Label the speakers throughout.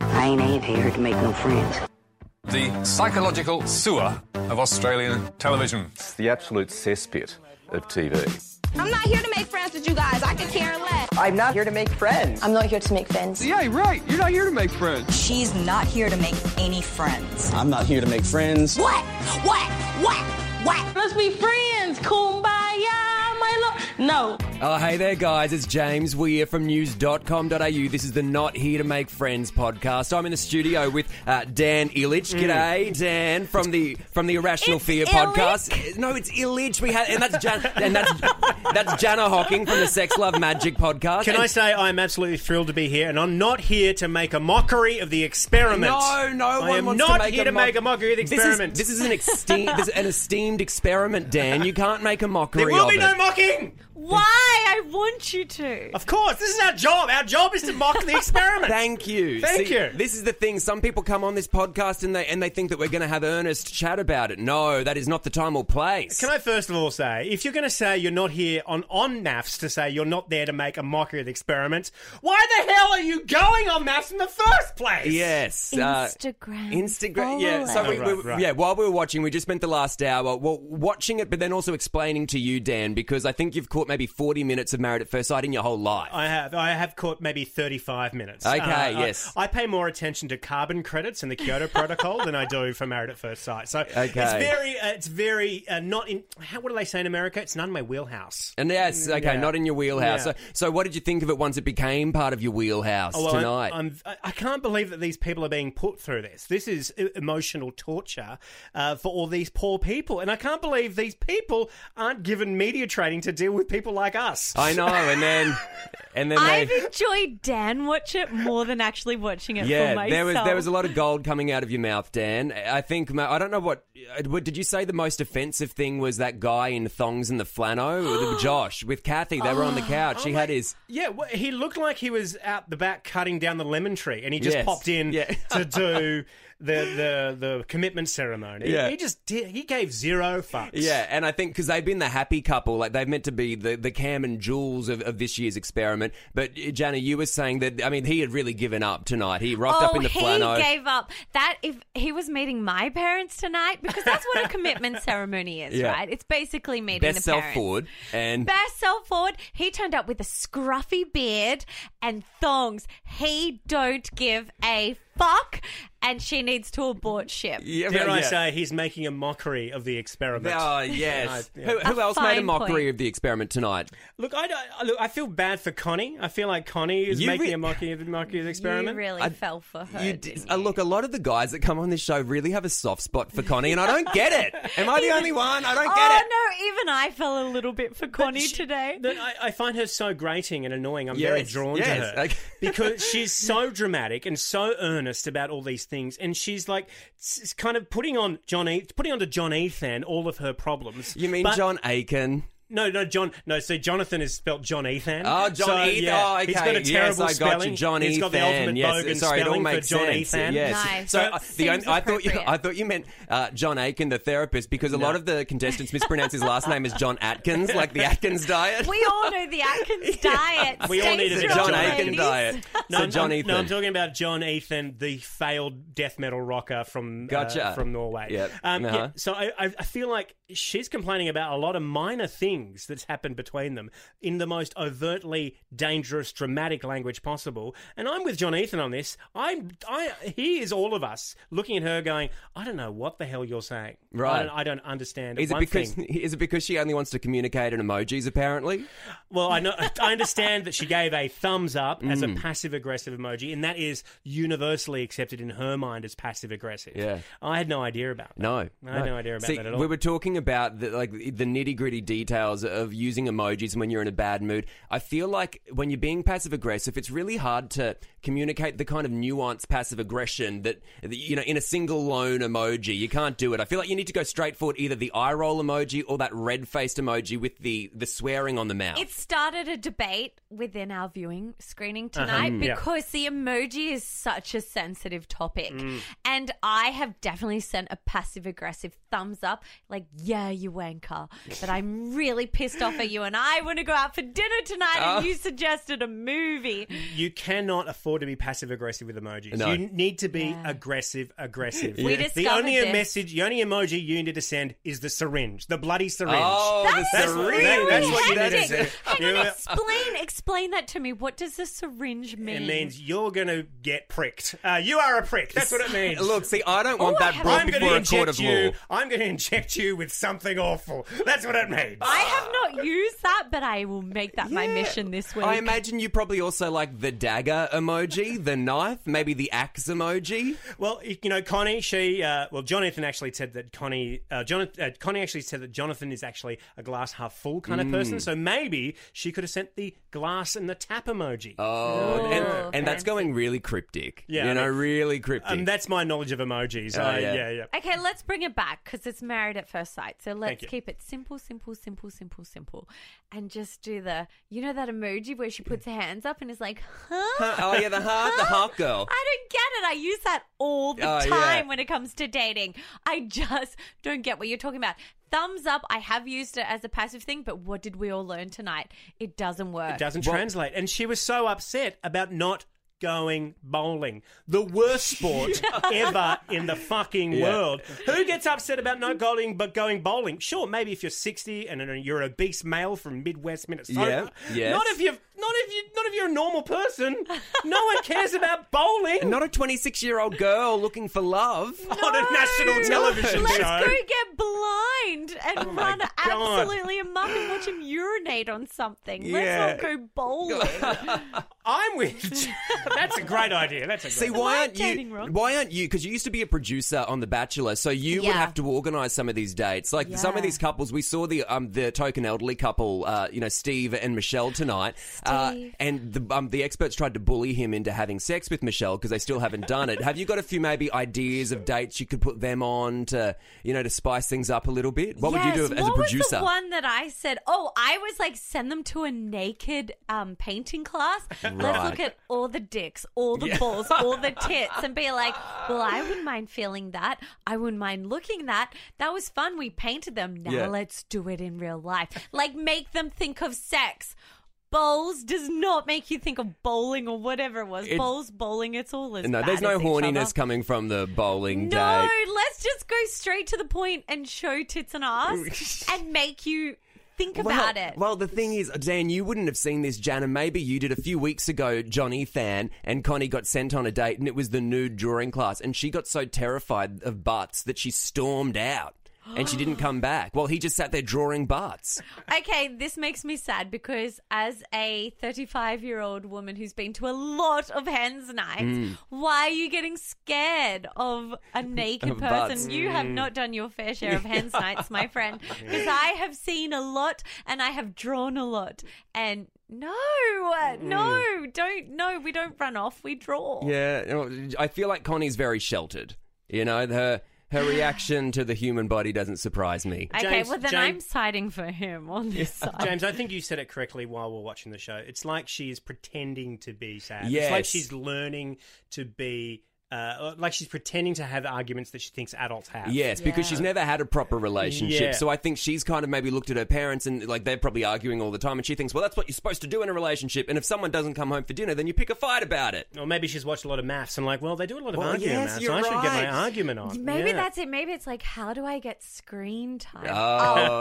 Speaker 1: I ain't, ain't here to make no friends.
Speaker 2: The psychological sewer of Australian television.
Speaker 3: It's the absolute cesspit of TV.
Speaker 4: I'm not here to make friends with you guys. I could care less.
Speaker 5: I'm not here to make friends.
Speaker 6: I'm not here to make friends.
Speaker 7: Yeah, right. You're not here to make friends.
Speaker 8: She's not here to make any friends.
Speaker 9: I'm not here to make friends.
Speaker 8: What? What? What? What?
Speaker 10: Let's be friends. Kumbaya, my love. No.
Speaker 11: Oh, hey there, guys. It's James Weir from news.com.au. This is the Not Here to Make Friends podcast. I'm in the studio with uh, Dan Illich.
Speaker 12: Mm.
Speaker 11: G'day, Dan, from the from the Irrational
Speaker 10: It's
Speaker 11: Fear
Speaker 10: Illich?
Speaker 11: podcast. No, it's Illich. We had, and that's Jan, and that's that's Jana Hocking from the Sex Love Magic podcast.
Speaker 12: Can
Speaker 11: And-
Speaker 12: I say I'm absolutely thrilled to be here, and I'm not here to make a mockery of the experiment.
Speaker 11: No, no
Speaker 12: I
Speaker 11: one
Speaker 12: am
Speaker 11: wants
Speaker 12: not
Speaker 11: to make
Speaker 12: here
Speaker 11: a
Speaker 12: to
Speaker 11: mock-
Speaker 12: make a mockery of the
Speaker 11: This is-
Speaker 12: experiment.
Speaker 11: This is, an, exte- this is an esteemed experiment, Dan. You can't make a mockery
Speaker 12: there will
Speaker 11: of
Speaker 12: be
Speaker 11: it.
Speaker 12: no mocking.
Speaker 10: Why? I want you to.
Speaker 12: Of course, this is our job. Our job is to mock the experiment.
Speaker 11: Thank you.
Speaker 12: Thank
Speaker 11: See,
Speaker 12: you.
Speaker 11: This is the thing. Some people come on this podcast and they and they think that we're going to have earnest chat about it. No, that is not the time or place.
Speaker 12: Can I first of all say, if you're going to say you're not here on on NAFs to say you're not there to make a mockery of the experiment, why the hell are you going on NAFs in the first place?
Speaker 11: Yes, uh,
Speaker 10: Instagram
Speaker 11: Instagram. Yeah.
Speaker 10: follow
Speaker 11: So we,
Speaker 12: us.
Speaker 11: we-
Speaker 12: Oh, right, right.
Speaker 11: yeah. While we were watching, we just spent the last hour well, watching it, but then also explaining to you, Dan, because I think you've caught maybe forty minutes of Married at First Sight in your whole life.
Speaker 12: I have. I have caught maybe 35 minutes. Uh,
Speaker 11: Okay,
Speaker 12: I-
Speaker 11: yes.
Speaker 12: I, pay more attention to carbon credits in the Kyoto Protocol than I do for Married at First Sight. So
Speaker 11: Okay.
Speaker 12: it's very, uh, it's very uh, not in. How, what do they say in America? It's not in my wheelhouse.
Speaker 11: and yes, okay,
Speaker 12: Yeah.
Speaker 11: not in your wheelhouse.
Speaker 12: Yeah.
Speaker 11: So, so, what did you think of it once it became part of your wheelhouse
Speaker 12: Oh, well, I'm-
Speaker 11: tonight?
Speaker 12: I'm, I- I can't believe that these people are being put through this. This is e- emotional torture uh, for all these poor people, and I can't believe these people aren't given media training to deal with people like us.
Speaker 11: I know, and then, and then
Speaker 10: I've
Speaker 11: they.
Speaker 10: enjoyed Dan watch it more than actually watching it for
Speaker 11: Yeah,
Speaker 10: myself.
Speaker 11: there was there was a lot of gold coming out of your mouth, Dan. I think ma- I don't know what, uh, what did you say the most offensive thing was that guy in thongs and the flannel, With Josh with Kathy. They were on the
Speaker 10: Oh,
Speaker 11: couch. He had his
Speaker 12: Yeah, well, he looked like he was out the back cutting down the lemon tree, and he just
Speaker 11: Yes.
Speaker 12: popped in
Speaker 11: Yeah.
Speaker 12: to do the, the the commitment ceremony.
Speaker 11: Yeah.
Speaker 12: he just did, he gave zero fucks.
Speaker 11: yeah, and I think because they've been the happy couple, like they've meant to be the, the Cam and Jules of, of this year's experiment. But uh, Jana, you were saying that I mean he had really given up tonight. He rocked
Speaker 10: oh,
Speaker 11: up in the
Speaker 10: he
Speaker 11: flannel.
Speaker 10: gave up. That if he was meeting my parents tonight, because that's what a commitment ceremony is,
Speaker 11: Yeah.
Speaker 10: right? It's basically meeting
Speaker 11: Best
Speaker 10: the
Speaker 11: self
Speaker 10: parents.
Speaker 11: forward and
Speaker 10: Best self forward. He turned up with a scruffy beard and thongs. He don't give a fuck, and she needs to abort ship.
Speaker 11: yeah,
Speaker 12: Dare I
Speaker 11: yeah.
Speaker 12: say he's making a mockery of the experiment?
Speaker 11: Oh yes.
Speaker 12: Yeah.
Speaker 11: Who, who
Speaker 10: A
Speaker 11: else made a
Speaker 10: fine
Speaker 11: mockery
Speaker 10: point.
Speaker 11: of the experiment tonight?
Speaker 12: Look, I, don't- I- look, I feel bad for Connie. I feel like Connie is
Speaker 11: You
Speaker 12: making
Speaker 11: re-
Speaker 12: a mockery of the mockery of the
Speaker 10: You
Speaker 12: experiment.
Speaker 10: really
Speaker 11: I-
Speaker 10: fell for her.
Speaker 11: You d-
Speaker 10: didn't
Speaker 11: uh,
Speaker 10: you?
Speaker 11: look, a lot of the guys that come on this show really have a soft spot for Connie, and I don't get it. Am I the only one? I don't get
Speaker 10: oh
Speaker 11: it.
Speaker 10: no, even I fell a little bit for Connie
Speaker 12: she-
Speaker 10: today.
Speaker 12: that I, I find her so grating and annoying. I'm very
Speaker 11: Yes,
Speaker 12: drawn
Speaker 11: yes,
Speaker 12: to her
Speaker 11: okay.
Speaker 12: because she's so dramatic and so earnest about all these things, and she's like s- s- kind of putting on John, E- putting onto John Ethan all of her problems.
Speaker 11: You mean
Speaker 12: But-
Speaker 11: John Aiken?
Speaker 12: No, no, John. No, see, Jonathan is spelt John Ethan.
Speaker 11: Oh, John
Speaker 12: so,
Speaker 11: Ethan.
Speaker 12: Yeah,
Speaker 11: Oh, okay.
Speaker 12: He's got a terrible
Speaker 11: yes, I got
Speaker 12: spelling.
Speaker 11: you. John
Speaker 12: He's
Speaker 11: Ethan.
Speaker 12: got the ultimate
Speaker 11: yes.
Speaker 12: bogan
Speaker 11: Sorry, it all
Speaker 12: spelling for
Speaker 11: makes
Speaker 12: John
Speaker 11: sense.
Speaker 12: Ethan.
Speaker 11: Yes.
Speaker 10: Nice.
Speaker 11: So
Speaker 10: That
Speaker 11: uh, the only,
Speaker 10: seems
Speaker 11: I thought you
Speaker 10: appropriate.
Speaker 11: I thought you meant uh, John Aiken, the therapist, because a lot of the contestants mispronounce his last name as John Atkins, like the Atkins diet.
Speaker 10: We all know the Atkins diet.
Speaker 12: We all
Speaker 10: Stay
Speaker 12: need a
Speaker 11: the
Speaker 12: bit of
Speaker 10: strong,
Speaker 11: John Aiken
Speaker 10: ladies.
Speaker 11: diet.
Speaker 12: No,
Speaker 11: so
Speaker 12: I'm-
Speaker 11: John
Speaker 12: I'm,
Speaker 11: Ethan.
Speaker 12: No, I'm talking about John Ethan, the failed death metal rocker from uh,
Speaker 11: Gotcha.
Speaker 12: from Norway.
Speaker 11: Yep.
Speaker 12: Um,
Speaker 11: Uh-huh.
Speaker 12: yeah, so I, I I feel like she's complaining about a lot of minor things that's happened between them in the most overtly dangerous, dramatic language possible. And I'm with John Ethan on this. I'm I he is all of us looking at her going, I don't know what the hell you're saying.
Speaker 11: Right.
Speaker 12: I don't, I don't understand.
Speaker 11: is it
Speaker 12: one
Speaker 11: because
Speaker 12: thing.
Speaker 11: is it because she only wants to communicate in emojis? Apparently,
Speaker 12: Well, I know I understand that she gave a thumbs up as
Speaker 11: Mm.
Speaker 12: a passive aggressive emoji, and that is universally accepted in her mind as passive aggressive.
Speaker 11: Yeah.
Speaker 12: I had no idea about that.
Speaker 11: No,
Speaker 12: I had no idea about
Speaker 11: See,
Speaker 12: that at all.
Speaker 11: We were talking about the, like the nitty gritty details of using emojis when you're in a bad mood. I feel like when you're being passive aggressive, it's really hard to communicate the kind of nuanced passive aggression that that, you know in a single lone emoji. You can't do it. I feel like you need to go straight forward, either the eye roll emoji or that red faced emoji with the the swearing on the mouth.
Speaker 10: It started a debate within our viewing screening
Speaker 11: Uh-huh.
Speaker 10: tonight
Speaker 12: Yeah.
Speaker 10: because the emoji is such a sensitive topic.
Speaker 11: Mm.
Speaker 10: And I have definitely sent a passive aggressive thumbs up, like, yeah, you wanker. But I'm really pissed off
Speaker 11: Oh.
Speaker 10: at you and I want to go out for dinner tonight and you suggested a movie.
Speaker 12: you cannot afford afford to be passive aggressive with emojis.
Speaker 11: No.
Speaker 12: You need to be
Speaker 10: Yeah.
Speaker 12: aggressive aggressive.
Speaker 10: We
Speaker 12: the
Speaker 10: discovered
Speaker 12: only
Speaker 10: this.
Speaker 12: message, the only emoji you need to send is the syringe, the bloody syringe.
Speaker 10: That's
Speaker 11: the syringe.
Speaker 10: really
Speaker 12: Oh, that- that's what you
Speaker 10: hectic.
Speaker 12: need to do.
Speaker 10: Hang on,
Speaker 12: You-
Speaker 10: explain, explain that to me. What does the syringe mean?
Speaker 12: It means you're going to get pricked. Uh, you are a prick. That's what it means.
Speaker 11: Look, see, I don't want
Speaker 10: All I
Speaker 11: that
Speaker 10: have-
Speaker 11: brought
Speaker 12: I'm going
Speaker 11: before
Speaker 12: to
Speaker 11: a court
Speaker 12: inject
Speaker 11: of
Speaker 12: you.
Speaker 11: law.
Speaker 12: I'm going to inject you with something awful. That's what it means.
Speaker 10: I have not used that, but I will make that my
Speaker 11: Yeah.
Speaker 10: mission this week.
Speaker 11: I imagine you probably also like the dagger emoji, the knife, maybe the axe emoji.
Speaker 12: Well, you know, Connie, she, uh, well, Jonathan actually said that Connie, uh, Jonathan, uh, Connie actually said that Jonathan is actually a glass half full kind of
Speaker 11: Mm.
Speaker 12: person. So maybe she could have sent the glass and the tap emoji.
Speaker 11: Oh, and,
Speaker 10: Oh,
Speaker 11: and that's
Speaker 10: fancy.
Speaker 11: going really cryptic.
Speaker 12: Yeah,
Speaker 11: you know,
Speaker 12: I mean-
Speaker 11: really cryptic.
Speaker 12: Um, that's my knowledge of emojis.
Speaker 11: Oh,
Speaker 12: I-
Speaker 11: yeah.
Speaker 12: yeah, yeah.
Speaker 10: Okay, let's bring it back because it's married at first sight. So let's
Speaker 12: you.
Speaker 10: keep it simple, simple, simple, simple, simple, and just do the you know that emoji where she puts her hands up and is like, huh?
Speaker 11: oh yeah, the half, the half girl.
Speaker 10: I don't get it. I use that all the
Speaker 11: Oh,
Speaker 10: time
Speaker 11: yeah.
Speaker 10: when it comes to dating. I just don't get what you're talking about. Thumbs up. I have used it as a passive thing, but what did we all learn tonight? It doesn't work.
Speaker 12: It doesn't translate. And she was so upset about not going bowling. The worst sport ever in the fucking
Speaker 11: Yeah.
Speaker 12: world. Who gets upset about not going but going bowling? Sure, maybe if you're 60 and you're an obese male from Midwest Minnesota.
Speaker 11: Yeah, yes.
Speaker 12: Not if you've not if you not if you're a normal person. No one cares about bowling.
Speaker 11: Not a 26 year old girl looking for love.
Speaker 12: On a national television
Speaker 10: Oh, Let's
Speaker 12: show. Oh
Speaker 10: go get blind and
Speaker 12: my
Speaker 10: run
Speaker 12: God.
Speaker 10: absolutely amok and watch him urinate on something.
Speaker 11: Yeah.
Speaker 10: Let's all go bowling.
Speaker 12: I'm with. That's a great idea. That's a great
Speaker 11: See,
Speaker 12: idea.
Speaker 11: why
Speaker 10: I
Speaker 11: aren't
Speaker 10: dating
Speaker 11: you?
Speaker 10: wrong?
Speaker 11: Why aren't you? Because you used to be a producer on The Bachelor, so you
Speaker 10: Yeah.
Speaker 11: would have to organise some of these dates. Like some
Speaker 10: Yeah.
Speaker 11: of these couples, we saw the um, the token elderly couple, uh, you know, Steve and Michelle tonight, Uh,
Speaker 10: Steve.
Speaker 11: and the um, the experts tried to bully him into having sex with Michelle because they still haven't done it. have you got a few maybe ideas of dates you could put them on to you know to spice things up a little bit? What would you
Speaker 10: Yes,
Speaker 11: do as a
Speaker 10: what
Speaker 11: producer?
Speaker 10: was the one that I said? Oh, I was like, send them to a naked um, painting class. Let's look
Speaker 11: Right.
Speaker 10: at all the dicks, all the balls, all the tits, and be like, well, I wouldn't mind feeling that. I wouldn't mind looking that. That was fun. We painted them. Now
Speaker 11: Yeah.
Speaker 10: let's do it in real life. Like, make them think of sex. Bowls does not make you think of bowling or whatever it was.
Speaker 11: It-
Speaker 10: bowls, bowling, it's all as
Speaker 11: No, there's
Speaker 10: bad
Speaker 11: no
Speaker 10: as each other.
Speaker 11: horniness coming from the bowling
Speaker 10: No,
Speaker 11: date.
Speaker 10: let's just go straight to the point and show tits and ass and make you think about
Speaker 11: well,
Speaker 10: it.
Speaker 11: Well, the thing is, Dan, you wouldn't have seen this, Jan, and maybe you did a few weeks ago. Johnny Than and Connie got sent on a date, and it was the nude drawing class, and she got so terrified of butts that she stormed out. And she didn't come back. Well, he just sat there drawing butts.
Speaker 10: okay, this makes me sad because as a 35 year old woman who's been to a lot of hens nights,
Speaker 11: Mm.
Speaker 10: why are you getting scared of a naked
Speaker 11: Of
Speaker 10: person?
Speaker 11: butts. Mm.
Speaker 10: You have not done your fair share of hens nights, my friend, because I have seen a lot and I have drawn a lot. And no, uh,
Speaker 11: Mm.
Speaker 10: no, don't, no, we don't run off, we draw.
Speaker 11: Yeah, you know, I feel like Connie's very sheltered. You know, her her reaction to the human body doesn't surprise me.
Speaker 10: Okay,
Speaker 12: James-
Speaker 10: well then
Speaker 12: James-
Speaker 10: I'm siding for him on this side.
Speaker 12: James, I think you said it correctly while we're watching the show. It's like she is pretending to be sad. It's like
Speaker 11: Yes.
Speaker 12: she's learning to be, uh, like she's pretending to have arguments that she thinks adults have.
Speaker 11: Yes, because
Speaker 10: Yeah.
Speaker 11: she's never had a proper relationship.
Speaker 12: Yeah.
Speaker 11: So I think she's kind of maybe looked at her parents and like they're probably arguing all the time and she thinks, well, that's what you're supposed to do in a relationship. And if someone doesn't come home for dinner, then you pick a fight about it.
Speaker 12: Or maybe she's watched a lot of maths and like, well, they do a lot of
Speaker 11: Well,
Speaker 12: arguing
Speaker 11: yes,
Speaker 12: maths, so
Speaker 11: you're
Speaker 12: I should get my
Speaker 11: right.
Speaker 12: argument on.
Speaker 10: Maybe
Speaker 12: Yeah.
Speaker 10: that's it. Maybe it's like, how do I get screen time?
Speaker 11: Oh.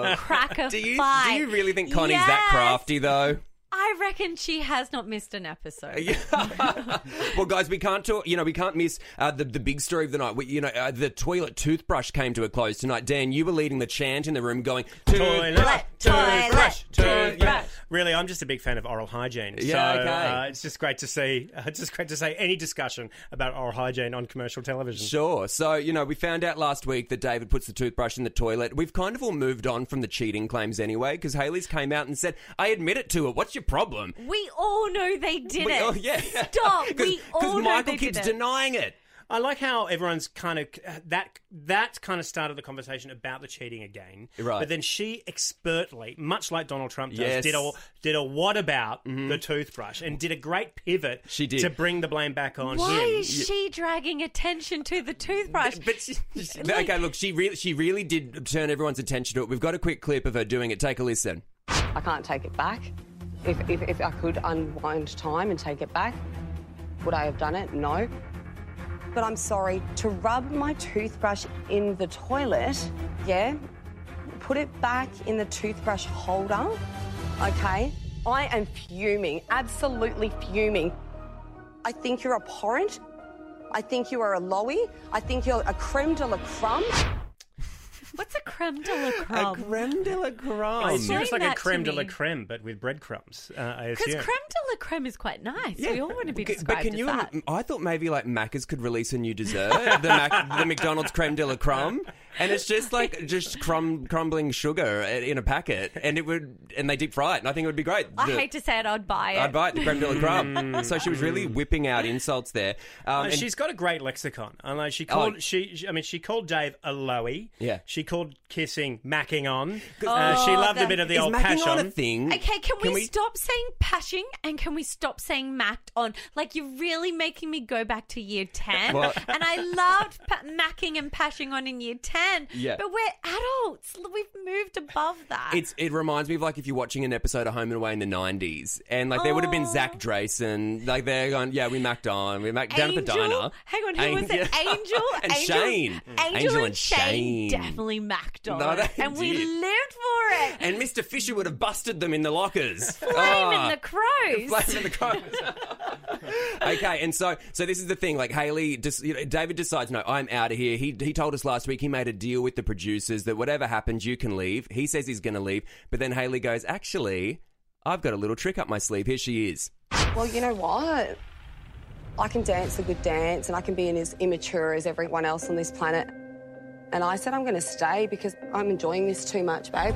Speaker 10: I'll crack a
Speaker 11: Do you, do
Speaker 10: five.
Speaker 11: you really think Connie's that
Speaker 10: Yes!
Speaker 11: crafty, though?
Speaker 10: I reckon she has not missed an
Speaker 11: Uh,
Speaker 10: episode.
Speaker 11: well, guys, we can't talk. You know, we can't miss uh, the the big story of the night. We, you know, uh, the toilet toothbrush came to a close tonight. Dan, you were leading the chant in the room, going
Speaker 12: Toilet, toothbrush,
Speaker 10: toilet,
Speaker 12: toothbrush. Really, I'm just a big fan of oral hygiene.
Speaker 11: Yeah,
Speaker 12: so,
Speaker 11: okay.
Speaker 12: uh, it's just great to see. Uh, it's just great to see any discussion about oral hygiene on commercial television.
Speaker 11: Sure. So, you know, we found out last week that David puts the toothbrush in the toilet. We've kind of all moved on from the cheating claims anyway, because Haley's came out and said, I admit it to it. What's your problem?
Speaker 10: We all know they did
Speaker 11: We-
Speaker 10: it.
Speaker 11: oh, yeah.
Speaker 10: Stop. we all
Speaker 11: Because
Speaker 10: know
Speaker 11: Michael
Speaker 10: they
Speaker 11: keeps
Speaker 10: did it.
Speaker 11: denying it.
Speaker 12: I like how everyone's kind of that that kind of started the conversation about the cheating again.
Speaker 11: Right.
Speaker 12: But then she expertly, much like Donald Trump does,
Speaker 11: Yes. Mm-hmm.
Speaker 12: did a did a what about the toothbrush and did a great pivot
Speaker 11: She did.
Speaker 12: to bring the blame back on
Speaker 10: Why
Speaker 12: him.
Speaker 10: is she dragging attention to the toothbrush?
Speaker 11: But she, she-
Speaker 10: Like-
Speaker 11: okay, look, she really, she really did turn everyone's attention to it. We've got a quick clip of her doing it. Take a listen.
Speaker 5: I can't take it back. If, if, if I could unwind time and take it back, Would I have done it? No. But I'm sorry, to rub my toothbrush in the toilet, yeah, put it back in the toothbrush holder, okay? I am fuming, absolutely fuming. I think you're abhorrent. I think you are a lowy. I think you're a creme de la crumb.
Speaker 10: What's a creme de la
Speaker 11: A
Speaker 10: crumb?
Speaker 11: creme de la
Speaker 12: I
Speaker 11: crème.
Speaker 12: assume it's like a
Speaker 10: that to
Speaker 12: creme de la
Speaker 10: me.
Speaker 12: creme, but with breadcrumbs. Uh, I
Speaker 10: Because
Speaker 12: assume.
Speaker 10: creme de la creme is quite nice. We all want to be
Speaker 11: But-
Speaker 10: described
Speaker 11: but can
Speaker 10: as
Speaker 11: you?
Speaker 10: that.
Speaker 11: I thought maybe like Macca's could release a new dessert, the, Mac, the McDonald's creme de la crumb, and it's just like just crum, crumbling sugar i- in a packet, and it would, and they deep fry it, and I think it would be great.
Speaker 10: I
Speaker 11: The-
Speaker 10: hate to say it, I'd buy it.
Speaker 11: I'd buy it, the creme de la
Speaker 12: Mm.
Speaker 11: crumb. so she was really whipping out insults there. Um,
Speaker 12: Uh,
Speaker 11: and-
Speaker 12: she's got a great lexicon. I know she
Speaker 11: Oh.
Speaker 12: called she, she. I mean, she called Dave a lowy.
Speaker 11: Yeah.
Speaker 12: She called kissing macking on.
Speaker 10: Oh,
Speaker 12: Uh, she loved a
Speaker 10: the-
Speaker 12: bit of the
Speaker 11: is
Speaker 12: old
Speaker 11: macking
Speaker 12: patch
Speaker 11: on a thing.
Speaker 10: Okay, can, we, stop saying pashing and can we stop saying macked on? Like, you're really making me go back to year 10.
Speaker 11: Well-
Speaker 10: and I loved pa- macking and pashing on in year 10.
Speaker 11: Yeah.
Speaker 10: But we're adults. L- We've moved above that.
Speaker 11: It's it reminds me of like if you're watching an episode of Home and Away in the '90s, and like there would have been
Speaker 10: Oh.
Speaker 11: Zach Drayson, like they're going, yeah, we macked on, we macked down at the diner.
Speaker 10: Hang on, who was it?
Speaker 11: Angel-
Speaker 10: Angel
Speaker 11: and
Speaker 10: Angel,
Speaker 11: Shane.
Speaker 10: Angel,
Speaker 11: Angel
Speaker 10: and
Speaker 11: and Shane.
Speaker 10: Shane definitely macked on,
Speaker 11: No,
Speaker 10: it,
Speaker 11: they
Speaker 10: and we
Speaker 11: did.
Speaker 10: lived for it.
Speaker 11: And Mr. Fisher would have busted them in the lockers. Flame
Speaker 10: Flame
Speaker 11: Ah.
Speaker 10: and the crows.
Speaker 11: Flame in the crows. okay, and so so this is the thing. Like Haley, just, you know, David decides, no, I'm out of here. He he told us last week he made a deal with the producers that whatever happens, you can leave. He says he's going to leave, but then Haley goes, actually, I've got a little trick up my sleeve. Here she is.
Speaker 5: Well, you know what? I can dance a good dance and I can be as immature as everyone else on this planet. And I said I'm going to stay because I'm enjoying this too much, babe.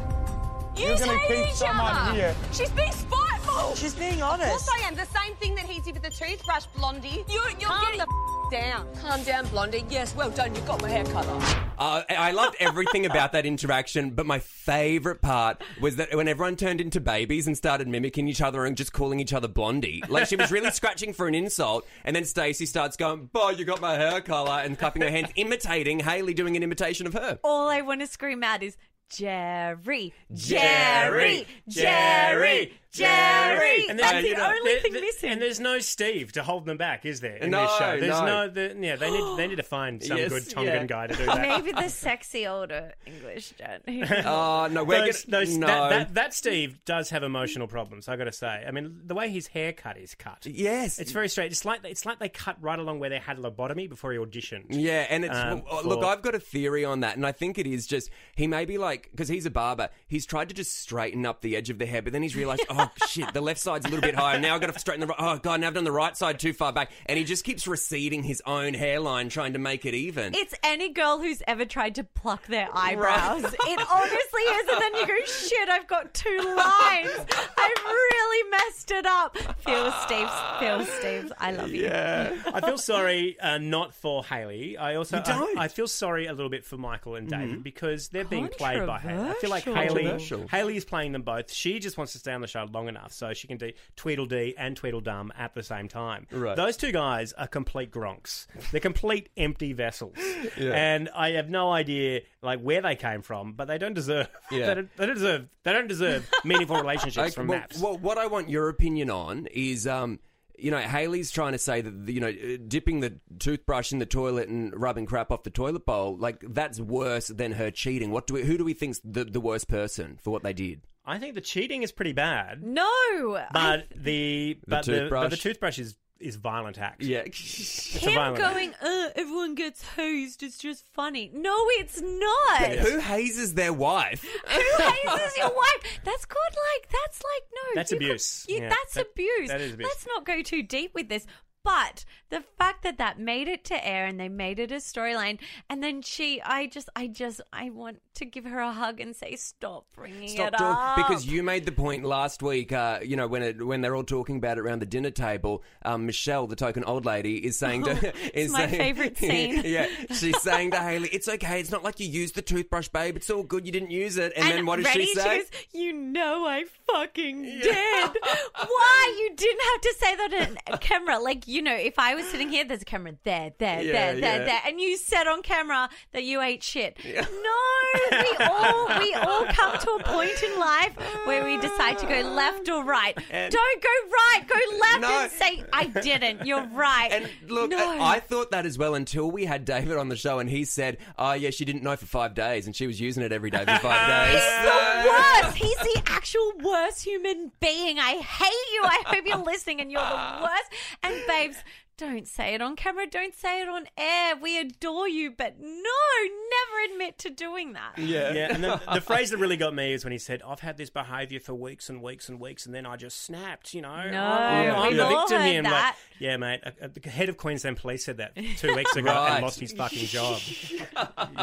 Speaker 4: You're
Speaker 6: gonna keep someone here.
Speaker 4: She's being spiteful.
Speaker 6: She's being honest.
Speaker 4: I am the same thing that he did with the toothbrush, Blondie. You, you're
Speaker 5: Calm
Speaker 4: getting
Speaker 5: the f- down. Calm down, Blondie. Yes, well done. You got my hair cut off.
Speaker 11: Uh, I I loved everything about that interaction, but my favourite part was that when everyone turned into babies and started mimicking each other and just calling each other blondie. Like she was really scratching for an insult, and then Stacey starts going, "Boy, you got my hair colour," and clapping her hands, imitating Haley doing an imitation of her.
Speaker 10: all I want to scream out is Jerry,
Speaker 11: Jerry,
Speaker 10: Jerry,
Speaker 11: Jerry,
Speaker 10: Jerry, Jerry.
Speaker 11: And
Speaker 10: And
Speaker 11: then-
Speaker 10: That's
Speaker 11: you
Speaker 10: the
Speaker 11: know,
Speaker 10: only
Speaker 12: there-
Speaker 10: thing
Speaker 12: there-
Speaker 10: missing.
Speaker 12: And there's no Steve to hold them back, is there? In
Speaker 11: No,
Speaker 12: this show, there's
Speaker 11: no.
Speaker 12: no. the, yeah, they need they need to find some
Speaker 11: Yes,
Speaker 12: good Tongan
Speaker 11: yeah.
Speaker 12: guy to do that.
Speaker 10: Maybe the sexy older English gent.
Speaker 11: Oh no, we're
Speaker 12: Those-
Speaker 11: gonna,
Speaker 12: those-
Speaker 11: no.
Speaker 12: That, that, that Steve does have emotional problems. I got to say. I mean, the way his haircut is cut.
Speaker 11: Yes.
Speaker 12: it's very straight. It's like it's like they cut right along where they had a lobotomy before he auditioned.
Speaker 11: Yeah, and it's
Speaker 12: um,
Speaker 11: well, look,
Speaker 12: for-
Speaker 11: I've got a theory on that, and I think it is just he may be like because he's a barber, he's tried to just straighten up the edge of the hair, but then he's realised, oh shit, the left side's a little bit higher. Now I've got to straighten the right. Oh god, now I've done the right side too far back, and he just keeps receding his own hairline, trying to make it even.
Speaker 10: It's any girl who's ever tried to pluck their eyebrows. It honestly is, and then you go, "Shit, I've got two lines. I've really messed it up." Phil Steves, Phil Steves, I love you.
Speaker 12: I feel sorry uh, not for Haley. I also uh,
Speaker 11: You don't. Mm-hmm.
Speaker 12: I, I feel sorry a little bit for Michael and David because they're being played by Haley. I feel like Haley
Speaker 11: Controversial.
Speaker 12: Haley is playing them both. She just wants to stay on the show long enough so she can do Tweedledee and Tweedledum at the same time.
Speaker 11: Right.
Speaker 12: Those two guys are complete gronks. They're complete empty vessels, and I have no idea like where they came from, but they don't deserve.
Speaker 11: Yeah.
Speaker 12: they, don't, they don't deserve. They don't deserve meaningful relationships
Speaker 11: Okay,
Speaker 12: from
Speaker 11: well,
Speaker 12: maps.
Speaker 11: well, what I want your opinion on is, um, you know, Haley's trying to say that you know, uh, dipping the toothbrush in the toilet and rubbing crap off the toilet bowl, like that's worse than her cheating. What do we? Who do we think's the, the worst person for what they did?
Speaker 12: I think the cheating is pretty bad.
Speaker 10: No,
Speaker 12: but the but the, but the
Speaker 11: toothbrush.
Speaker 12: toothbrush is is violent act.
Speaker 11: Yeah.
Speaker 12: it's a
Speaker 10: him
Speaker 12: violent act.
Speaker 10: going, uh, everyone gets hosed. It's just funny. No, it's not.
Speaker 11: Who hazes their wife?
Speaker 10: Who hazes your wife? That's good. Like that's like no.
Speaker 12: That's
Speaker 10: you could-
Speaker 12: abuse.
Speaker 10: you-
Speaker 12: Yeah,
Speaker 10: that's
Speaker 12: that-
Speaker 10: abuse.
Speaker 12: that is abuse.
Speaker 10: Let's not go too deep with this. But the fact that that made it to air and they made it a storyline, and then she, I just, I just, I want to give her a hug and say, stop bringing
Speaker 11: Stop
Speaker 10: it
Speaker 11: doing
Speaker 10: up
Speaker 11: because you made the point last week. Uh, you know when it, when they're all talking about it around the dinner table, um, Michelle, the token old lady, is saying to is
Speaker 10: my
Speaker 11: saying-
Speaker 10: favourite scene.
Speaker 11: yeah, she's saying to Haley, "It's okay. It's not like you used the toothbrush, babe. It's all good. You didn't use it." And, then what does
Speaker 10: ready
Speaker 11: she say?
Speaker 10: goes, you know I fucking did. Why you didn't have to say that in camera? Like you know, if I was sitting here, there's there's a camera in there, there,
Speaker 9: Yeah,
Speaker 10: there, there,
Speaker 9: yeah.
Speaker 10: there, and you said on camera that you ate shit. No, we all we all come to a point in life where we decide to go left or right.
Speaker 11: And-
Speaker 10: Don't go right, go left
Speaker 11: No.
Speaker 10: and say I didn't. You're right. And
Speaker 11: Look,
Speaker 10: no.
Speaker 11: I I thought that as well until we had David on the show and he said, oh, yeah, she didn't know for five days and she was using it every day for five days.
Speaker 10: worst. He's the actual worst human being. I hate you. I hope you're listening and you're
Speaker 12: Ah.
Speaker 10: the worst. And babes, don't say it on camera. Don't say it on air. We adore you, but no, never admit to doing that.
Speaker 12: Yeah. And then the phrase that really got me is when he said, I've had this behavior for weeks and weeks and weeks, and then I just snapped, you know.
Speaker 10: No,
Speaker 12: I'm, I'm
Speaker 10: we've
Speaker 12: the
Speaker 10: all
Speaker 12: victim
Speaker 10: heard
Speaker 12: here. I'm like,
Speaker 10: that.
Speaker 12: yeah, mate. uh, uh, The head of Queensland Police said that two weeks ago
Speaker 11: Right.
Speaker 12: and lost his fucking job.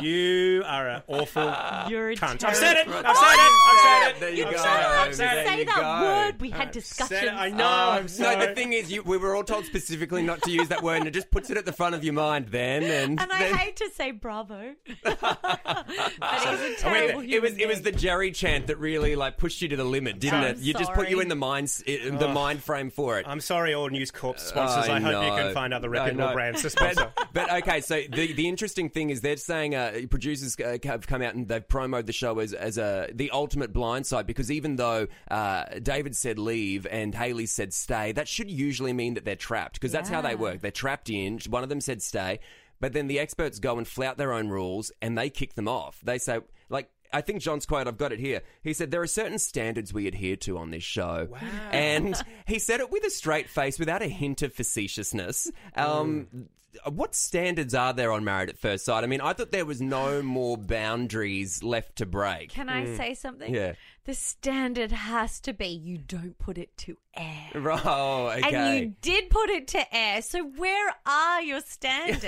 Speaker 12: you are an awful
Speaker 10: You're a
Speaker 12: cunt.
Speaker 10: terrible-
Speaker 12: I've said it.
Speaker 10: Oh,
Speaker 12: I've said it. I've said it.
Speaker 11: There you
Speaker 12: I've
Speaker 11: go.
Speaker 12: said it, I've
Speaker 11: There
Speaker 12: said it.
Speaker 10: Say
Speaker 11: you
Speaker 10: that
Speaker 11: go.
Speaker 10: word. We had discussions.
Speaker 12: I know.
Speaker 11: Um,
Speaker 12: I'm
Speaker 11: no, the
Speaker 12: sorry.
Speaker 11: thing is, you, we were all told specifically not to use that word, and it just puts it at the front of your mind. Then and,
Speaker 10: And I
Speaker 11: then,
Speaker 10: hate to say bravo. but he's a
Speaker 11: I went
Speaker 10: terrible human
Speaker 11: there. it was it was the Jerry chant that really like pushed you to the limit, didn't
Speaker 12: I'm
Speaker 11: it? You just put you
Speaker 12: sorry.
Speaker 11: in the mind s- i- the
Speaker 12: Ugh.
Speaker 11: mind frame for it.
Speaker 12: I'm sorry, all News Corp sponsors. I, hope you can find other reputable brands to sponsor.
Speaker 11: But, but okay, so the, the interesting thing is they're saying uh, producers uh, have come out and they've promoted the show as, as a the ultimate blindside because even though uh, David said leave and Haley said stay, that should usually mean that they're trapped because that's how they
Speaker 13: Yeah.
Speaker 11: work. They're trapped in. One of them said stay, but then the experts go and flout their own rules and they kick them off. They say like. I think John's quote, I've got it here. He said, There are certain standards we adhere to on this show. Wow. And he said it with a straight face, without a hint of facetiousness. Um,
Speaker 10: Mm.
Speaker 11: What standards are there on Married at First Sight? I mean, I thought there was no more boundaries left to break.
Speaker 10: Can
Speaker 12: Mm.
Speaker 10: I say something?
Speaker 11: Yeah.
Speaker 10: The standard has to be you don't put it to air.
Speaker 11: Right. Oh, okay.
Speaker 10: And you did put it to air. So where are your standards?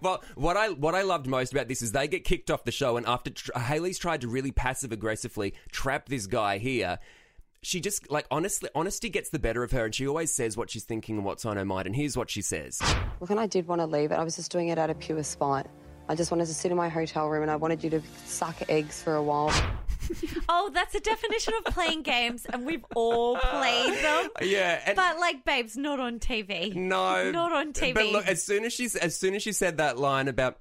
Speaker 11: well, what I what I loved most about this is they get kicked off the show, and after tr- Haley's tried to really passive aggressively trap this guy here. She just like honestly, honesty gets the better of her, and she always says what she's thinking and what's on her mind. And here's what she says:
Speaker 5: Look, and I did want to leave it. I was just doing it out of pure spite. I just wanted to sit in my hotel room and I wanted you to suck eggs for a while.
Speaker 10: oh, that's the definition of playing games, and we've all played them.
Speaker 11: Yeah, and-
Speaker 10: but like, babes, not on TV.
Speaker 11: "No,
Speaker 10: not on TV.
Speaker 11: But look, as soon as she as soon as she said that line about.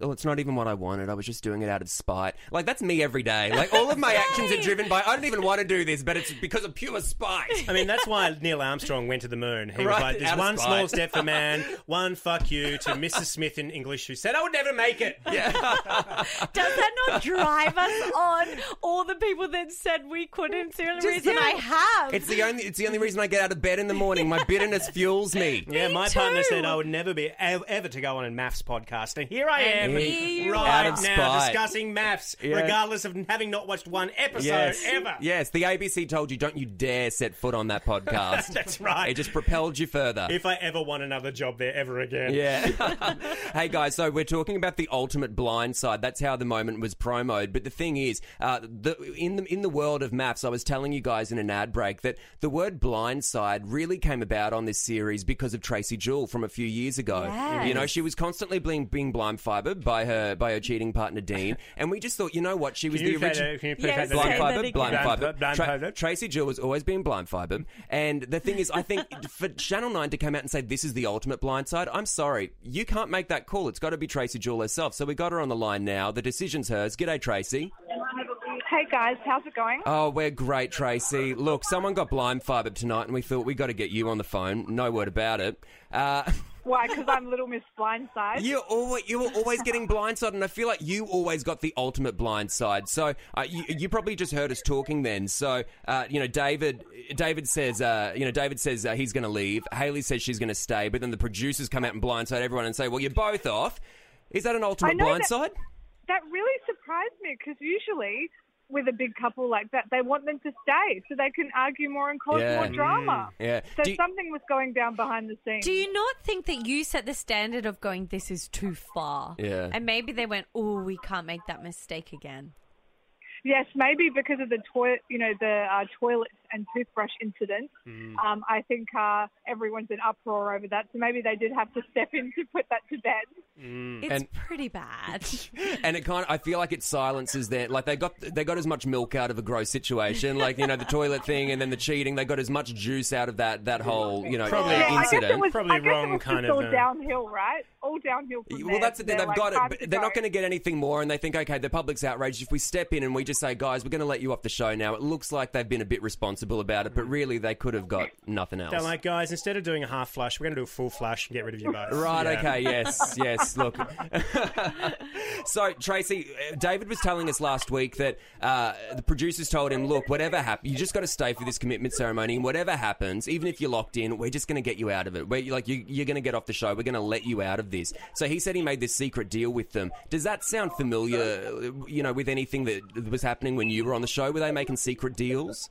Speaker 11: Well, it's not even what I wanted. I was just doing it out of spite. Like that's me every day. Like all of my actions are driven by I don't even want to do this, but it's because of pure spite.
Speaker 12: I mean, that's why Neil Armstrong went to the moon. He
Speaker 11: Right,
Speaker 12: was like,
Speaker 11: out
Speaker 12: "There's
Speaker 11: of
Speaker 12: one
Speaker 11: spite."
Speaker 12: small step for man, one fuck you." To Mrs. Smith in English, who said, "I would never make it."
Speaker 10: Does that not drive us on all the people that said we couldn't? It's the only reason I have.
Speaker 11: It's the only it's the only reason I get out of bed in the morning. My bitterness fuels me.
Speaker 12: Yeah, my partner said I would never be ev- ever to go on a maths podcast, and here I am,
Speaker 11: And here you
Speaker 12: right
Speaker 11: are. Out of
Speaker 12: now
Speaker 11: spite.
Speaker 12: discussing maths,
Speaker 11: Yeah.
Speaker 12: regardless of having not watched one episode
Speaker 11: Yes.
Speaker 12: ever.
Speaker 11: Yes, the ABC told you don't you dare set foot on that podcast.
Speaker 12: That's right.
Speaker 11: It just propelled you further.
Speaker 12: If I ever want another job there ever again,
Speaker 11: Yeah. hey guys, so we're talking about the ultimate blind side. That's how the moment was promoed. But the thing is, uh, the, in the in the world of maths, I was telling you guys in an ad break that the word blind side really came about on this series because of Tracy Jewell from a few years ago.
Speaker 13: Yes.
Speaker 11: You know, she was constantly being being blind fibered by her by her cheating partner Dean, and we just thought, you know what, she was
Speaker 12: Can you
Speaker 11: the
Speaker 12: say that-
Speaker 11: original
Speaker 12: can you please Yes, say that
Speaker 11: blind
Speaker 12: again?
Speaker 11: fibered, blind
Speaker 12: Blind-
Speaker 11: fibered,
Speaker 12: blind
Speaker 11: Tra-
Speaker 12: fibered.
Speaker 11: Tracy Jewell has always been blind fibered. And the thing is, I think for Channel 9 to come out and say this is the ultimate blind side, I'm sorry. You can't make that call. It's got to be Tracy Jewell herself. So we got her on the line now. The decision's hers. G'day, Tracy.
Speaker 14: Hey guys, how's it going?
Speaker 11: Oh, we're great, Tracy. Look, someone got blind fibered tonight, and we thought we got to get you on the phone. No word about it. Uh,
Speaker 14: Why? Because I'm Little Miss Blindside.
Speaker 11: you always you were always getting blindsided, and I feel like you always got the ultimate blindside. So uh, you, you probably just heard us talking then. So uh, you know, David David says uh, you know David says uh, he's going to leave. Haley says she's going to stay, but then the producers come out and blindside everyone and say, "Well, you're both off." Is that an
Speaker 14: I
Speaker 11: ultimate
Speaker 14: know that-
Speaker 11: blindside?
Speaker 14: That really surprised me because usually with a big couple like that, they want them to stay so they can argue more and cause
Speaker 11: Yeah.
Speaker 14: more drama.
Speaker 11: Mm. Yeah.
Speaker 14: So
Speaker 11: Do you-
Speaker 14: something was going down behind the scenes.
Speaker 10: Do you not think that you set the standard of going, this is too far?
Speaker 11: Yeah.
Speaker 10: And maybe they went, oh, we can't make that mistake again.
Speaker 14: Yes, maybe because of the toilet, you know, the uh, toilet and toothbrush incident.
Speaker 9: Mm.
Speaker 14: Um, I think uh, everyone's in uproar over that, so maybe they did have to step in to put that to bed.
Speaker 10: It's pretty bad.
Speaker 11: and it kind of, I feel like it silences their like they got they got as much milk out of a gross situation like you know the toilet thing and then the cheating they got as much juice out of that that whole you know
Speaker 12: Probably-
Speaker 14: yeah, I guess
Speaker 11: incident
Speaker 14: it was, I guess it was just all
Speaker 12: uh,
Speaker 14: downhill, right? All downhill from
Speaker 11: well,
Speaker 14: there.
Speaker 11: that's the thing.
Speaker 14: They're like,
Speaker 11: They've got it.
Speaker 14: "Time
Speaker 11: But
Speaker 14: to
Speaker 11: they're
Speaker 14: go."
Speaker 11: not going to get anything more, and they think, okay, the public's outraged. If we step in and we just say, guys, we're going to let you off the show now, it looks like they've been a bit responsible about it, but
Speaker 14: Mm.
Speaker 11: really they could have got nothing else.
Speaker 12: They're like, guys, instead of doing a half flush, we're going to do a full flush and get rid of you both.
Speaker 11: Right,
Speaker 12: Yeah.
Speaker 11: okay, yes, yes, look. so, Tracy, uh, David was telling us last week that uh, the producers told him, look, whatever happens, you just got to stay for this commitment ceremony, and whatever happens, even if you're locked in, we're just going to get you out of it. We're, like, you, you're going to get off the show, we're going to let you out of this. So, he said he made this secret deal with them. Does that sound familiar, uh, you know, with anything that was happening when you were on the show? Were they making secret deals?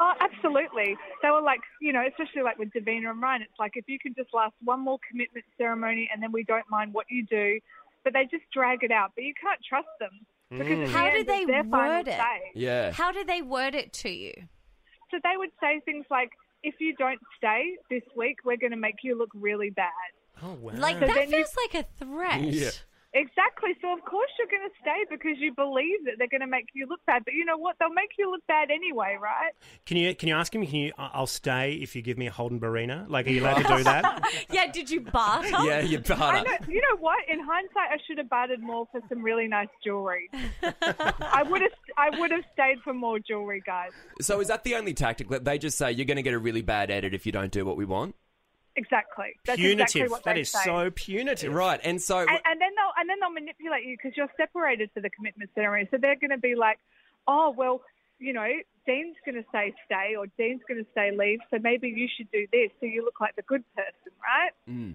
Speaker 14: Oh, absolutely. They were like, you know, especially like with Davina and Ryan, it's like if you can just last one more commitment ceremony and then we don't mind what you do, but they just drag it out. But you can't trust them because
Speaker 10: Mm.
Speaker 14: at the
Speaker 10: How
Speaker 14: end,
Speaker 10: do they
Speaker 14: it's their final
Speaker 10: word it?
Speaker 14: say.
Speaker 11: Yeah.
Speaker 10: How do they word it to you?
Speaker 14: So they would say things like, "If you don't stay this week, we're going to make you look really bad."
Speaker 12: Oh, wow.
Speaker 10: Like
Speaker 14: So
Speaker 10: that
Speaker 14: then you-
Speaker 10: feels like a threat.
Speaker 12: Yeah.
Speaker 14: Exactly. So of course you're going to stay because you believe that they're going to make you look bad. But you know what? They'll make you look bad anyway, right?
Speaker 12: Can you can you ask him? Can you? I- I'll stay if you give me a Holden Barina. Like, are you allowed to do that?
Speaker 10: yeah, did you barter?
Speaker 12: Yeah, you barter.
Speaker 14: I know, you know what? In hindsight, I should have bartered more for some really nice jewelry. I would have, I would have stayed for more jewelry, guys.
Speaker 11: So, is that the only tactic that they just say, you're going to get a really bad edit if you don't do what we want?
Speaker 14: Exactly. That's Exactly
Speaker 11: punitive.
Speaker 14: what they say.
Speaker 12: punitive.
Speaker 11: Right, and so
Speaker 14: And, and then they'll and then they'll manipulate you because you're separated for the commitment ceremony. So they're going to be like, oh well, you know, Dean's going to say stay or Dean's going to say leave. So maybe you should do this so you look like the good person, right?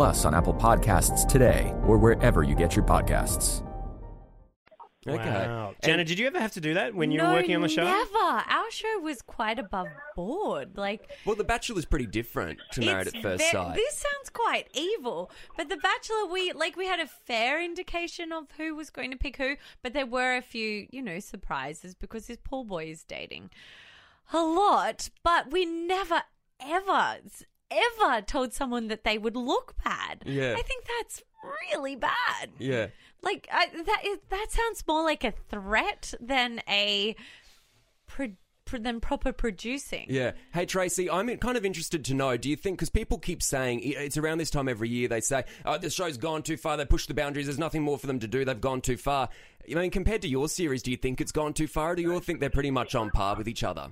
Speaker 13: on Apple Podcasts today or wherever you get your podcasts.
Speaker 11: Okay.
Speaker 12: Wow. Janet, did you ever have to do that when you
Speaker 10: No,
Speaker 12: were working on the show?
Speaker 10: Never. Our show was quite above board. Like
Speaker 11: Well, The Bachelor's pretty different to Married
Speaker 10: it's
Speaker 11: at First
Speaker 10: ve-
Speaker 11: Sight.
Speaker 10: This sounds quite evil, but The Bachelor, we like we had a fair indication of who was going to pick who, but there were a few, you know, surprises because this poor boy is dating a lot, but we never ever ever told someone that they would look bad.
Speaker 11: Yeah.
Speaker 10: I think that's really bad.
Speaker 11: Yeah.
Speaker 10: Like I, that is that sounds more like a threat than a pro, pro, than proper producing.
Speaker 11: Yeah. Hey, Tracy, I'm kind of interested to know do you think, because people keep saying it's around this time every year, they say, oh, the show's gone too far, they pushed the boundaries, there's nothing more for them to do, they've gone too far. I mean, compared to your series, do you think it's gone too far, or do you all think they're pretty much on par with each other?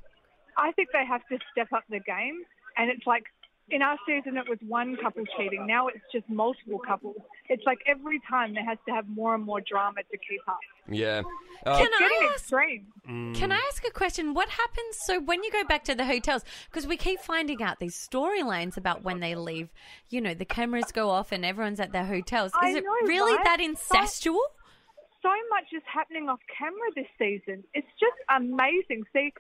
Speaker 14: I think they have to step up the game. And it's like in our season, it was one couple cheating. Now it's just multiple couples. It's like every time there has to have more and more drama to keep up.
Speaker 11: Yeah. Uh,
Speaker 10: Can I
Speaker 14: Uh, Getting
Speaker 10: ask?
Speaker 14: extreme.
Speaker 12: Mm.
Speaker 10: Can I ask a question? What happens? So when you go back to the hotels, because we keep finding out these storylines about when they leave. You know, the cameras go off and everyone's at their hotels. Is
Speaker 14: I
Speaker 10: it
Speaker 14: know,
Speaker 10: really
Speaker 14: right?
Speaker 10: that
Speaker 14: So-
Speaker 10: incestual?
Speaker 14: So much is happening off camera this season. It's just amazing. See,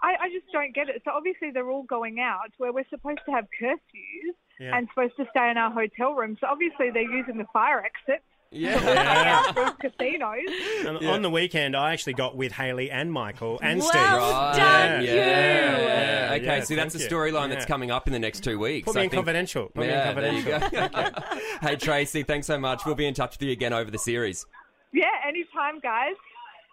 Speaker 14: I, I just don't get it. So obviously they're all going out where we're supposed to have curfews
Speaker 9: Yeah.
Speaker 14: and supposed to stay in our hotel room. So obviously they're using the fire exit.
Speaker 12: Yeah.
Speaker 14: Those casinos.
Speaker 12: Ah. And On the weekend, I actually got with Haley and Michael and
Speaker 14: Well
Speaker 12: Steve.
Speaker 10: Oh,
Speaker 11: done, you.
Speaker 12: yeah,
Speaker 11: okay,
Speaker 12: yeah,
Speaker 11: see, that's a
Speaker 12: thank you.
Speaker 11: storyline that's
Speaker 12: Yeah.
Speaker 11: coming up in the next two weeks.
Speaker 12: Put me in confidential. Put me in
Speaker 11: yeah, There you go. hey, Tracy, thanks so much. We'll be in touch with you again over the series.
Speaker 14: Yeah, anytime, guys.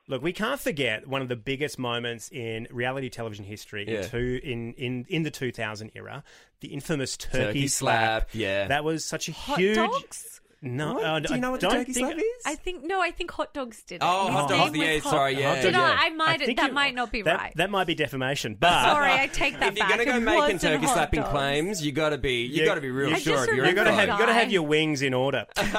Speaker 12: Look, we can't forget one of the biggest moments in reality television history
Speaker 11: Yeah.
Speaker 12: in, two, in, in, in the 2000 era, the infamous turkey,
Speaker 11: Turkey slap, yeah.
Speaker 12: That was such a
Speaker 10: Hot
Speaker 12: huge.
Speaker 10: dogs?
Speaker 12: No,
Speaker 10: What?
Speaker 12: I-
Speaker 10: Do you
Speaker 12: I
Speaker 10: know what the
Speaker 12: don't
Speaker 10: turkey
Speaker 12: think-
Speaker 10: slap I think no. I think hot dogs did. it.
Speaker 12: Oh,
Speaker 10: His
Speaker 12: hot
Speaker 10: name
Speaker 12: dogs,
Speaker 10: was
Speaker 12: yeah,
Speaker 10: hot-
Speaker 12: sorry, yeah.
Speaker 10: Did I? I
Speaker 12: I
Speaker 10: might.
Speaker 12: think
Speaker 10: that
Speaker 12: you-
Speaker 10: might not be
Speaker 12: That,
Speaker 10: right.
Speaker 12: that might be defamation, but
Speaker 10: sorry, I take that
Speaker 11: if you're
Speaker 10: back.
Speaker 11: gonna go
Speaker 10: It
Speaker 11: making
Speaker 10: wasn't
Speaker 11: turkey
Speaker 10: hot
Speaker 11: slapping
Speaker 10: dogs.
Speaker 11: claims, you got to be you got to be real
Speaker 10: I just
Speaker 11: sure. If you're
Speaker 12: you got to
Speaker 10: remember
Speaker 12: have you got to
Speaker 10: a
Speaker 12: have
Speaker 10: guy-
Speaker 12: your wings in order.
Speaker 10: Who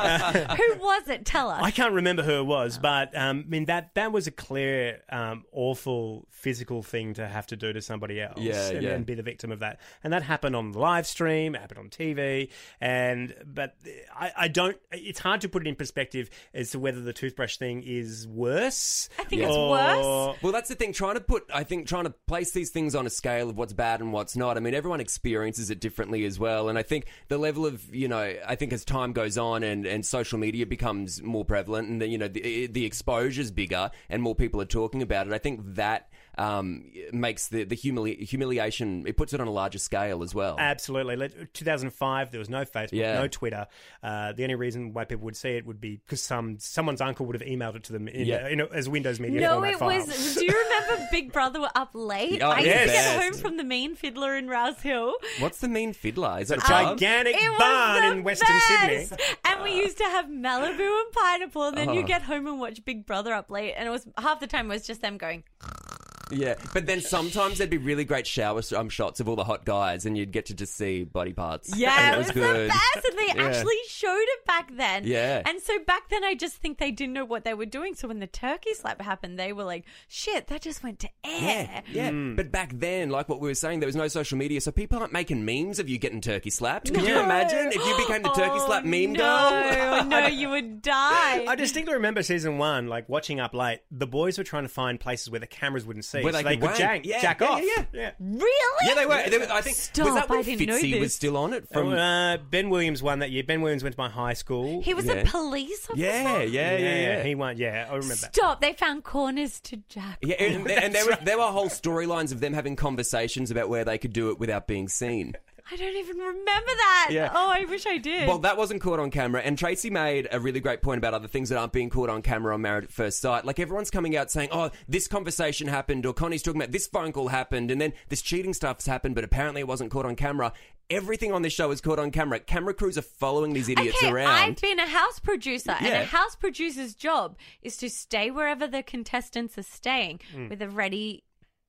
Speaker 10: was it? Tell us.
Speaker 12: I can't remember who it was, but um, I mean that that was a clear, um, awful physical thing to have to do to somebody else,
Speaker 11: Yeah,
Speaker 12: and,
Speaker 11: yeah.
Speaker 12: and be the victim of that. And that happened on the live stream, it happened on TV, and but I, I don't. It's hard to put it in perspective as to whether the toothbrush thing is worse. I
Speaker 11: Well, that's the thing. Trying to put, I think, trying to place these things on a scale of what's bad and what's not. I mean, everyone experiences it differently as well. And I think the level of, you know, I think as time goes on and, and social media becomes more prevalent and, the, you know, the, the exposure's bigger and more people are talking about it, I think that um, makes the, the humili- humiliation, it puts it on a larger scale as well.
Speaker 10: Uh,
Speaker 12: Absolutely. Let- 2005, there was no Facebook,
Speaker 11: Yeah.
Speaker 12: no Twitter. Uh, the only reason why people would see it would be because some someone's uncle would have emailed it to them in,
Speaker 11: Yeah.
Speaker 12: you know, as Windows Media
Speaker 10: No,
Speaker 12: format
Speaker 10: it
Speaker 12: file.
Speaker 10: was. Do you remember Big Brother were up late?
Speaker 12: Oh,
Speaker 10: I used
Speaker 12: yes.
Speaker 10: to get
Speaker 12: Best.
Speaker 10: home from the Mean Fiddler in Rouse Hill,
Speaker 11: What's the mean fiddler? Is that
Speaker 12: It's
Speaker 11: a
Speaker 12: a
Speaker 11: pub?
Speaker 12: gigantic
Speaker 10: It was
Speaker 12: barn
Speaker 10: the
Speaker 12: in Western Sydney.
Speaker 10: and we used to have Malibu and pineapple. And then you
Speaker 11: Oh.
Speaker 10: get home and watch Big Brother up late, and it was half the time it was just them going.
Speaker 11: Yeah, but then sometimes there'd be really great shower um, shots of all the hot guys, and you'd get to just see body parts.
Speaker 10: Yeah,
Speaker 11: And
Speaker 10: it was, the best, and they
Speaker 11: Yeah.
Speaker 10: actually showed it back then.
Speaker 11: Yeah.
Speaker 10: and so back then, I just think they didn't know what they were doing. So when the turkey slap happened, they were like, "Shit, that just went to air."
Speaker 11: Yeah, yeah. But back then, like what we were saying, there was no social media, so people aren't making memes of you getting turkey slapped. Could you
Speaker 12: No.
Speaker 11: imagine if you became the turkey
Speaker 10: Oh,
Speaker 11: slap meme
Speaker 10: no,
Speaker 11: girl?
Speaker 10: no, you would die.
Speaker 12: I distinctly remember season one, like watching up late. The boys were trying to find places where the cameras wouldn't see,
Speaker 11: Where
Speaker 12: so
Speaker 11: they
Speaker 12: they
Speaker 11: could
Speaker 12: could
Speaker 11: wank.
Speaker 12: jank,
Speaker 11: Yeah,
Speaker 12: jack
Speaker 11: yeah,
Speaker 12: off.
Speaker 11: yeah,
Speaker 10: Really?
Speaker 11: Yeah, they were. They were- I think was that
Speaker 10: Stop, I
Speaker 11: when
Speaker 10: didn't know
Speaker 11: Fitzy
Speaker 10: this.
Speaker 11: was still on it from.
Speaker 12: uh, Ben Williams won that year. Ben Williams went to my high school.
Speaker 10: He was a police officer.
Speaker 11: yeah, yeah, yeah, yeah,
Speaker 12: He won. Yeah, I remember. that.
Speaker 10: Stop! They found corners to jack.
Speaker 11: Yeah, and, and there, were, there were whole storylines of them having conversations about where they could do it without being seen.
Speaker 10: I don't even remember that.
Speaker 11: Yeah.
Speaker 10: Oh, I wish I did.
Speaker 11: Well, that wasn't caught on camera, and Tracy made a really great point about other things that aren't being caught on camera on Married at First Sight. Like everyone's coming out saying, "Oh, this conversation happened," or Connie's talking about this phone call happened, and then this cheating stuff's happened, but apparently it wasn't caught on camera. Everything on this show is caught on camera. Camera crews are following these idiots
Speaker 10: okay, I've
Speaker 11: around.
Speaker 10: been a house producer, and
Speaker 11: Yeah.
Speaker 10: a house producer's job is to stay wherever the contestants are staying
Speaker 11: Mm.
Speaker 10: with a ready,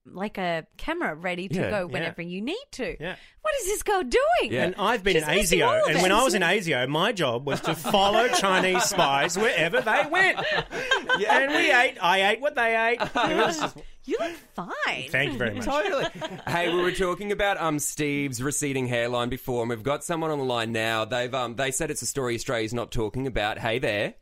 Speaker 10: like a camera ready to
Speaker 12: Yeah.
Speaker 10: go
Speaker 12: Yeah.
Speaker 10: whenever you need to.
Speaker 12: Yeah.
Speaker 10: What is this girl doing?
Speaker 12: And I've been
Speaker 10: She's
Speaker 12: in
Speaker 10: missing all
Speaker 12: ASIO,
Speaker 10: of
Speaker 12: and
Speaker 10: it.
Speaker 12: when I was in ASIO, my job was to follow Chinese spies wherever they went. And we ate. I ate what they ate. It was just-
Speaker 10: You look fine.
Speaker 12: Thank you very much.
Speaker 11: Totally. hey, we were talking about um Steve's receding hairline before, and we've got someone on the line now. They've um they said it's a story Australia's not talking about. Hey there.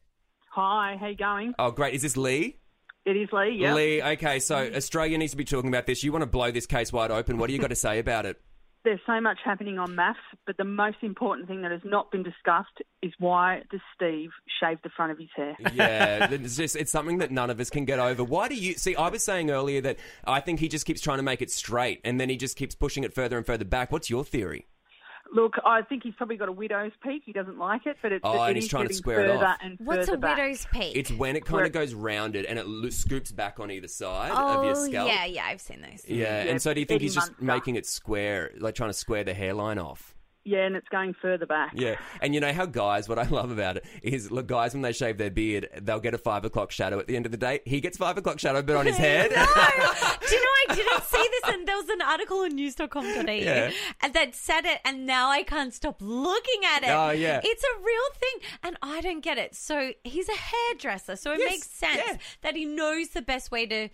Speaker 9: Hi, how you going?
Speaker 11: Oh, great. Is this Lee?
Speaker 9: It is Lee, yeah.
Speaker 11: Lee, okay, so Australia needs to be talking about this. You want to blow this case wide open. What do you got to say about it?
Speaker 9: There's so much happening on maths, but the most important thing that has not been discussed is why does Steve shave the front of his hair?
Speaker 11: Yeah, it's just it's something that none of us can get over. Why do you see? I was saying earlier that I think he just keeps trying to make it straight, and then he just keeps pushing it further and further back. What's your theory?
Speaker 9: Look, I think he's probably got a widow's peak. He doesn't like it, but it's
Speaker 11: Oh,
Speaker 9: it
Speaker 11: and he's
Speaker 9: is
Speaker 11: trying to
Speaker 9: getting
Speaker 11: square it
Speaker 9: further
Speaker 11: off.
Speaker 9: And
Speaker 10: What's
Speaker 9: further
Speaker 10: a
Speaker 9: back.
Speaker 10: widow's peak?
Speaker 11: It's when it kind
Speaker 9: Where-
Speaker 11: of goes rounded and it lo- scoops back on either side of your
Speaker 10: Oh,
Speaker 11: scalp.
Speaker 10: yeah, yeah, I've seen those.
Speaker 11: Yeah,
Speaker 9: Yeah,
Speaker 11: and so do you think
Speaker 9: Eddie
Speaker 11: he's just
Speaker 9: Munster.
Speaker 11: making it square, like trying to square the hairline off?
Speaker 9: Yeah, and it's going further back.
Speaker 11: Yeah, and you know how guys, what I love about it is, look, guys, when they shave their beard, they'll get a five o'clock shadow at the end of the day. He gets five o'clock shadow, but on his head.
Speaker 10: Do you know I didn't see this? And there was an article on news.com.au
Speaker 11: Yeah.
Speaker 10: and that said it, and now I can't stop looking at it.
Speaker 11: Oh, yeah.
Speaker 10: It's a real thing, and I don't get it. So he's a hairdresser, so it
Speaker 15: Yes,
Speaker 10: makes sense
Speaker 15: yeah.
Speaker 10: that he knows the best way to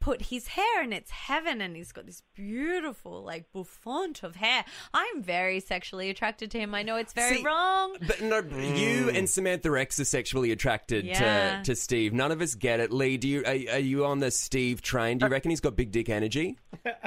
Speaker 10: put his hair and it's heaven and he's got this beautiful like bouffant of hair i'm very sexually attracted to him i know it's very
Speaker 11: See,
Speaker 10: wrong
Speaker 11: But no, you and Samantha Rex are sexually attracted
Speaker 10: Yeah.
Speaker 11: to, to Steve. None of us get it. Lee, do you are, are you on the Steve train?
Speaker 9: Uh,
Speaker 11: Do you reckon he's got big dick energy?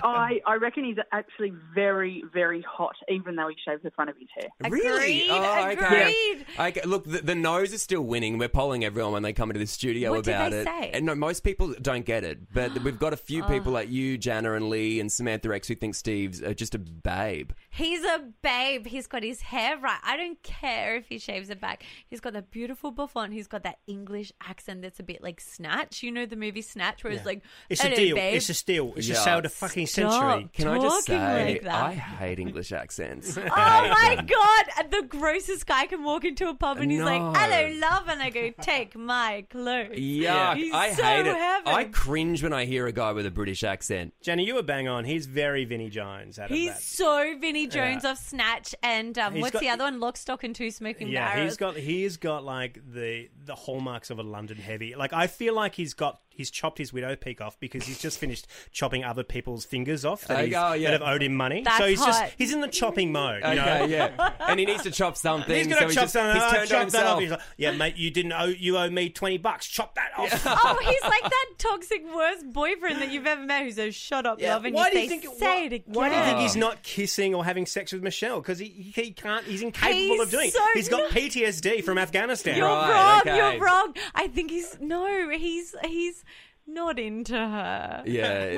Speaker 9: I, I reckon he's actually very, very hot, even though he shaves the front of his hair.
Speaker 11: really? Oh, Okay. okay. Look, the, the nose is still winning. We're polling everyone when they come into the studio
Speaker 9: What did
Speaker 11: about
Speaker 9: they
Speaker 11: it.
Speaker 9: say?
Speaker 11: And no, most people don't get it, but we've got a few
Speaker 10: Oh.
Speaker 11: people like you, Jana, and Lee, and Samantha Rex who think Steve's uh, just a babe.
Speaker 10: He's a babe. He's got his hair right. I don't care if he shaves it back. He's got that beautiful bouffant. He's got that English accent that's a bit like Snatch. You know the movie Snatch, where it's
Speaker 12: Yeah.
Speaker 10: like,
Speaker 12: It's a
Speaker 10: "Hello,
Speaker 12: deal.
Speaker 10: babe."
Speaker 12: It's a steal. It's a sale to fucking century.
Speaker 11: Can I just
Speaker 10: talking
Speaker 11: say,
Speaker 10: like that.
Speaker 11: I hate English accents.
Speaker 10: Oh my god! And The grossest guy can walk into a pub and he's like,
Speaker 11: No.
Speaker 10: "Hello, love," and I go, "Take my clothes."
Speaker 11: Yuck!
Speaker 10: He's
Speaker 11: I
Speaker 10: so
Speaker 11: hate it.
Speaker 10: heaven.
Speaker 11: I cringe when I hear a guy with a British accent.
Speaker 12: Jenny, you were bang on. He's very Vinnie Jones out of
Speaker 10: He's
Speaker 12: that.
Speaker 10: so Vinnie Jones
Speaker 12: Yeah.
Speaker 10: of Snatch and um,
Speaker 12: He's
Speaker 10: what's
Speaker 12: got-
Speaker 10: the other one? Lock, Stock, and Two Smoking
Speaker 12: Yeah,
Speaker 10: Barrels.
Speaker 12: he's got he's got like the the hallmarks of a London heavy. Like I feel like he's got he's chopped his widow peak off because he's just finished chopping other people's fingers off that,
Speaker 11: Okay,
Speaker 12: he's-
Speaker 11: oh, yeah.
Speaker 12: that have owed him money.
Speaker 11: That's
Speaker 12: so he's
Speaker 11: hot.
Speaker 12: just he's in the chopping mode. You
Speaker 11: Okay,
Speaker 12: know?
Speaker 11: yeah. And he needs to chop something.
Speaker 12: He's
Speaker 11: so
Speaker 12: gonna chop
Speaker 11: just-
Speaker 12: something.
Speaker 11: He's
Speaker 12: "Oh,
Speaker 11: turned on
Speaker 12: chop that
Speaker 11: himself.
Speaker 12: off. He's like, yeah, mate, you didn't owe you owe me twenty bucks. Chop that off.
Speaker 10: oh, he's like that toxic worst boyfriend that you've ever met who says, "Shut up, love," and
Speaker 12: why
Speaker 10: you
Speaker 12: do
Speaker 10: say,
Speaker 12: you think it-
Speaker 10: "Say it again."
Speaker 12: Why do you
Speaker 11: Oh.
Speaker 12: think he's not kissing or having sex with Michelle? Because he, he he can't. He's incapable
Speaker 10: He's
Speaker 12: of doing. it.
Speaker 10: so
Speaker 12: he's got PTSD from Afghanistan.
Speaker 10: You're wrong. You're wrong. I think he's no. He's he's not into her.
Speaker 11: Yeah,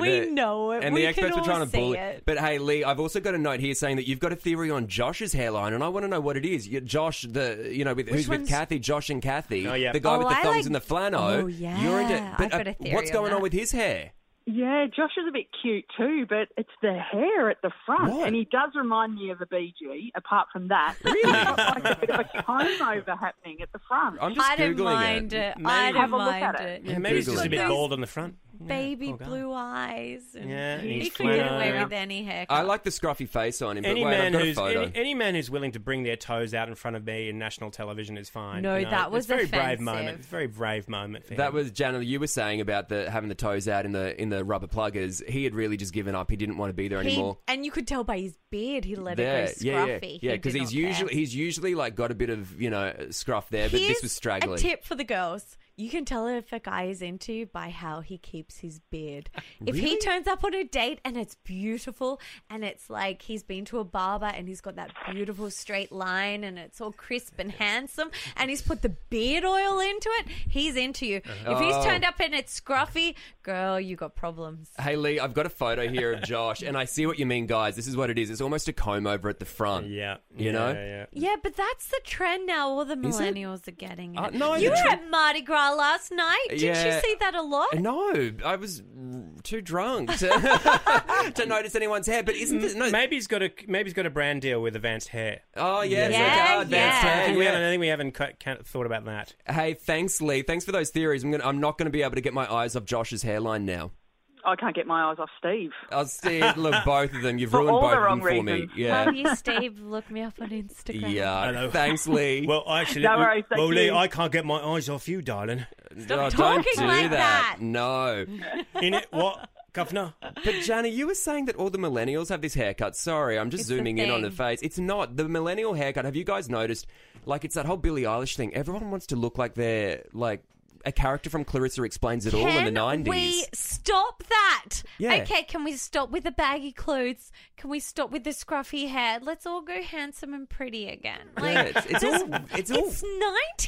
Speaker 10: we
Speaker 11: the-
Speaker 10: know it.
Speaker 11: And
Speaker 10: we
Speaker 11: the
Speaker 10: can
Speaker 11: experts
Speaker 10: all
Speaker 11: were trying to
Speaker 10: see
Speaker 11: bully.
Speaker 10: it.
Speaker 11: But hey, Lee, I've also got a note here saying that you've got a theory on Josh's hairline, and I want to know what it is. You- Josh, the you know, with, who's with
Speaker 10: one's-
Speaker 11: Kathy, Josh and Kathy,
Speaker 12: Oh, yeah.
Speaker 11: the guy
Speaker 12: Oh,
Speaker 11: with the
Speaker 12: I
Speaker 11: thumbs
Speaker 12: like-
Speaker 11: and the flano.
Speaker 12: Oh, yeah.
Speaker 11: You're into, but uh,
Speaker 12: I've got a theory
Speaker 11: what's
Speaker 12: on
Speaker 11: going on
Speaker 12: that.
Speaker 11: with his hair?
Speaker 9: Yeah, Josh is a bit cute too, but it's the hair at the front,
Speaker 11: What?
Speaker 9: and he does remind me of a BG. Apart from that, really, he's got like a bit of a comb over happening at the front.
Speaker 11: I'm just I don't Googling mind it. it. I
Speaker 9: Have
Speaker 10: don't
Speaker 9: a look at
Speaker 10: mind
Speaker 9: it.
Speaker 10: it.
Speaker 12: Yeah, maybe he's just a bit
Speaker 10: Googling.
Speaker 12: bald on the front.
Speaker 10: Baby blue eyes. And
Speaker 12: Yeah, and
Speaker 10: he
Speaker 12: he's
Speaker 10: could get
Speaker 12: flannel.
Speaker 10: away with any haircut.
Speaker 11: I like the scruffy face on him, but
Speaker 12: Any
Speaker 11: wait, I've
Speaker 12: man
Speaker 11: got a
Speaker 12: who's
Speaker 11: photo.
Speaker 12: any, any man who's willing to bring their toes out in front of me in national television is fine.
Speaker 10: No,
Speaker 12: you know?
Speaker 10: that was
Speaker 12: it's a very brave
Speaker 10: offensive.
Speaker 12: moment. It's a very brave moment for
Speaker 11: That
Speaker 12: him.
Speaker 11: was Janelle. You were saying about the having the toes out in the in the rubber pluggers. He had really just given up. He didn't want to be there
Speaker 10: He-
Speaker 11: anymore.
Speaker 10: and you could tell by his beard, he let
Speaker 11: there,
Speaker 10: it go
Speaker 11: yeah, yeah,
Speaker 10: scruffy. He
Speaker 11: yeah. Because
Speaker 10: did
Speaker 11: he's
Speaker 10: not care.
Speaker 11: usually he's usually like got a bit of you know scruff there, but
Speaker 10: Here's
Speaker 11: this was straggly.
Speaker 10: A tip for the girls. You can tell if a guy is into you by how he keeps his beard. If he
Speaker 11: Really?
Speaker 10: turns up on a date and it's beautiful and it's like he's been to a barber and he's got that beautiful straight line and it's all crisp and handsome and he's put the beard oil into it, he's into you. If he's
Speaker 11: Oh.
Speaker 10: turned up and it's scruffy, girl, you got problems.
Speaker 11: Hey Lee, I've got a photo here of Josh, and I see what you mean, guys. This is what it is. It's almost a comb over at the front. Yeah, you
Speaker 12: Yeah,
Speaker 11: know.
Speaker 12: yeah,
Speaker 10: Yeah, but that's the trend now. All the
Speaker 11: Is it?
Speaker 10: millennials are getting it.
Speaker 11: Uh, no,
Speaker 10: you
Speaker 11: the
Speaker 10: were
Speaker 11: tr-
Speaker 10: at Mardi Gras last night. Didn't you
Speaker 11: Yeah.
Speaker 10: see that a lot?
Speaker 11: No, I was too drunk to, to notice anyone's hair. But isn't it? No,
Speaker 12: maybe he's got a maybe he's got a brand deal with Advanced Hair.
Speaker 11: Oh yes,
Speaker 12: Yeah,
Speaker 11: yeah,
Speaker 12: yeah.
Speaker 11: advanced
Speaker 12: I
Speaker 11: hair,
Speaker 12: think we
Speaker 11: yeah.
Speaker 12: haven't, I think we haven't ca- ca- thought about that.
Speaker 11: Hey, thanks, Lee. Thanks for those theories. I'm, gonna, I'm not going to be able to get my eyes off Josh's hairline now.
Speaker 9: I can't get my eyes off Steve.
Speaker 11: I'll see. Look, both of them. You've
Speaker 9: For
Speaker 11: ruined
Speaker 9: all the
Speaker 11: both of them
Speaker 9: wrong
Speaker 11: for me.
Speaker 9: reasons.
Speaker 11: Yeah.
Speaker 10: Love you, Steve. Look me up on Instagram.
Speaker 12: I know.
Speaker 11: Yeah. Thanks, Lee.
Speaker 12: Well, actually,
Speaker 10: No worries, thank
Speaker 12: well, Lee,
Speaker 10: you.
Speaker 12: I can't get my eyes off you, darling.
Speaker 11: Oh, don't do No.
Speaker 12: In it, what, governor?
Speaker 11: But Jana, you were saying that all the millennials have this haircut. Sorry, I'm just
Speaker 12: It's the
Speaker 11: zooming in on the
Speaker 12: thing.
Speaker 11: face. It's not the millennial haircut. Have you guys noticed? Like, it's that whole Billie Eilish thing. Everyone wants to look like they're like a character from Clarissa Explains It All in the
Speaker 10: Can
Speaker 11: 90s.
Speaker 10: We stop that.
Speaker 11: Yeah.
Speaker 10: Okay, can we stop with the baggy clothes? Can we stop with the scruffy hair? Let's all go handsome and pretty again. Like
Speaker 11: yeah, it's, it's all. It's all.
Speaker 10: it's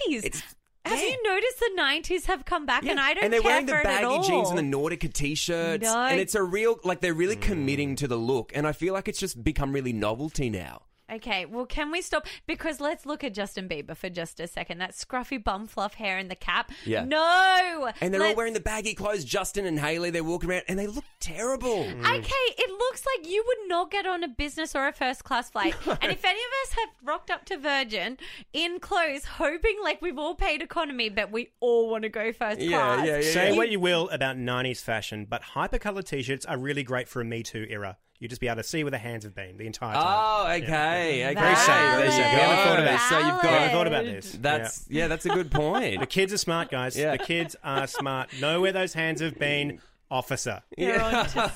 Speaker 10: nineties. have you noticed the nineties have come back and I don't
Speaker 11: they're
Speaker 10: care
Speaker 11: wearing
Speaker 10: for
Speaker 11: the
Speaker 10: it at
Speaker 11: baggy
Speaker 10: all.
Speaker 11: jeans and the Nautica t-shirts,
Speaker 10: No.
Speaker 11: and it's a real like they're really committing to the look, and I feel like it's just become really novelty now.
Speaker 10: Okay, well, can we stop? Because let's look at Justin Bieber for just a second. That scruffy bum fluff hair and the cap.
Speaker 11: Yeah.
Speaker 10: No.
Speaker 11: And they're all
Speaker 10: Let's-
Speaker 11: wearing the baggy clothes. Justin and Haley, they're walking around, and they look terrible.
Speaker 10: Okay, it looks like you would not get on a business or a first class flight. And if any of us have rocked up to Virgin in clothes, hoping like we've all paid economy, but we all want to go first class.
Speaker 12: Say what you will about 90s fashion, but hypercolor t shirts are really great for a Me Too era. You just be able to see where the hands have been the entire time.
Speaker 11: Oh,
Speaker 12: Yeah.
Speaker 11: okay, okay.
Speaker 12: Very safe. Very
Speaker 11: Valid.
Speaker 12: safe. We haven't thought about
Speaker 11: Valid.
Speaker 12: this.
Speaker 11: So you've got-
Speaker 12: We haven't thought about this.
Speaker 11: That's- yeah, that's a good point.
Speaker 12: the kids are smart, guys. The kids are smart. Know where those hands have been, officer.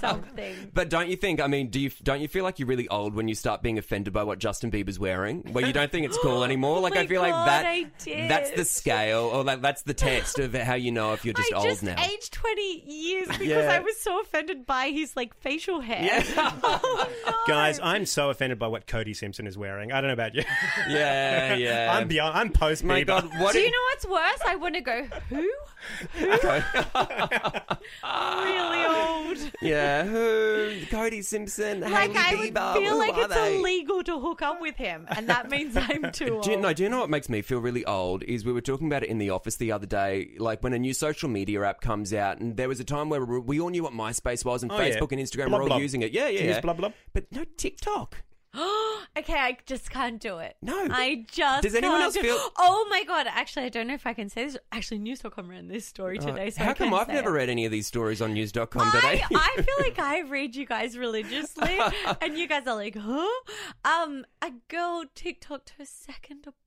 Speaker 10: something.
Speaker 11: But don't you think? I mean, do you don't you feel like you're really old when you start being offended by what Justin Bieber's wearing, where you don't think it's cool anymore? Like I
Speaker 10: Oh my
Speaker 11: feel
Speaker 10: God,
Speaker 11: like that
Speaker 10: I did.
Speaker 11: that's the scale, or that, that's the test of how you know if you're just
Speaker 10: I
Speaker 11: old
Speaker 10: just
Speaker 11: now.
Speaker 10: aged 20 years because
Speaker 11: Yeah.
Speaker 10: I was so offended by his like facial hair. Oh
Speaker 12: Guys, I'm so offended by what Cody Simpson is wearing. I don't know about you.
Speaker 11: Yeah, yeah.
Speaker 12: I'm beyond. I'm post
Speaker 11: My
Speaker 12: Bieber.
Speaker 11: God, what
Speaker 10: Do you know what's was worse, I want to go, who? Really old.
Speaker 11: yeah, who? Cody Simpson.
Speaker 10: Like,
Speaker 11: Hailey
Speaker 10: I would
Speaker 11: Bieber,
Speaker 10: feel
Speaker 11: who
Speaker 10: like
Speaker 11: are
Speaker 10: it's
Speaker 11: they?
Speaker 10: illegal to hook up with him, and that means I'm too old.
Speaker 11: Do you, no, do you know what makes me feel really old? Is we were talking about it in the office the other day, like when a new social media app comes out, and there was a time where we we all knew what MySpace was, and
Speaker 12: Oh, yeah.
Speaker 11: Facebook and Instagram
Speaker 12: Blub,
Speaker 11: were all
Speaker 12: blub.
Speaker 11: using it. Yeah, yeah,
Speaker 12: Can you use
Speaker 11: yeah.
Speaker 12: blub, blub?
Speaker 11: But no TikTok.
Speaker 10: okay, I just can't do it.
Speaker 11: No.
Speaker 10: I just
Speaker 11: Does anyone
Speaker 10: can't
Speaker 11: else
Speaker 10: do-
Speaker 11: feel-
Speaker 10: Oh my god! Actually, I don't know if I can say this. Actually, News.com ran this story
Speaker 11: Uh,
Speaker 10: today, so
Speaker 11: how
Speaker 10: I
Speaker 11: come
Speaker 10: can
Speaker 11: I've
Speaker 10: say
Speaker 11: never
Speaker 10: it.
Speaker 11: read any of these stories on news.com today?
Speaker 10: I, I feel like I read you guys religiously, and you guys are like, huh? Um, a girl TikToked her second abortion.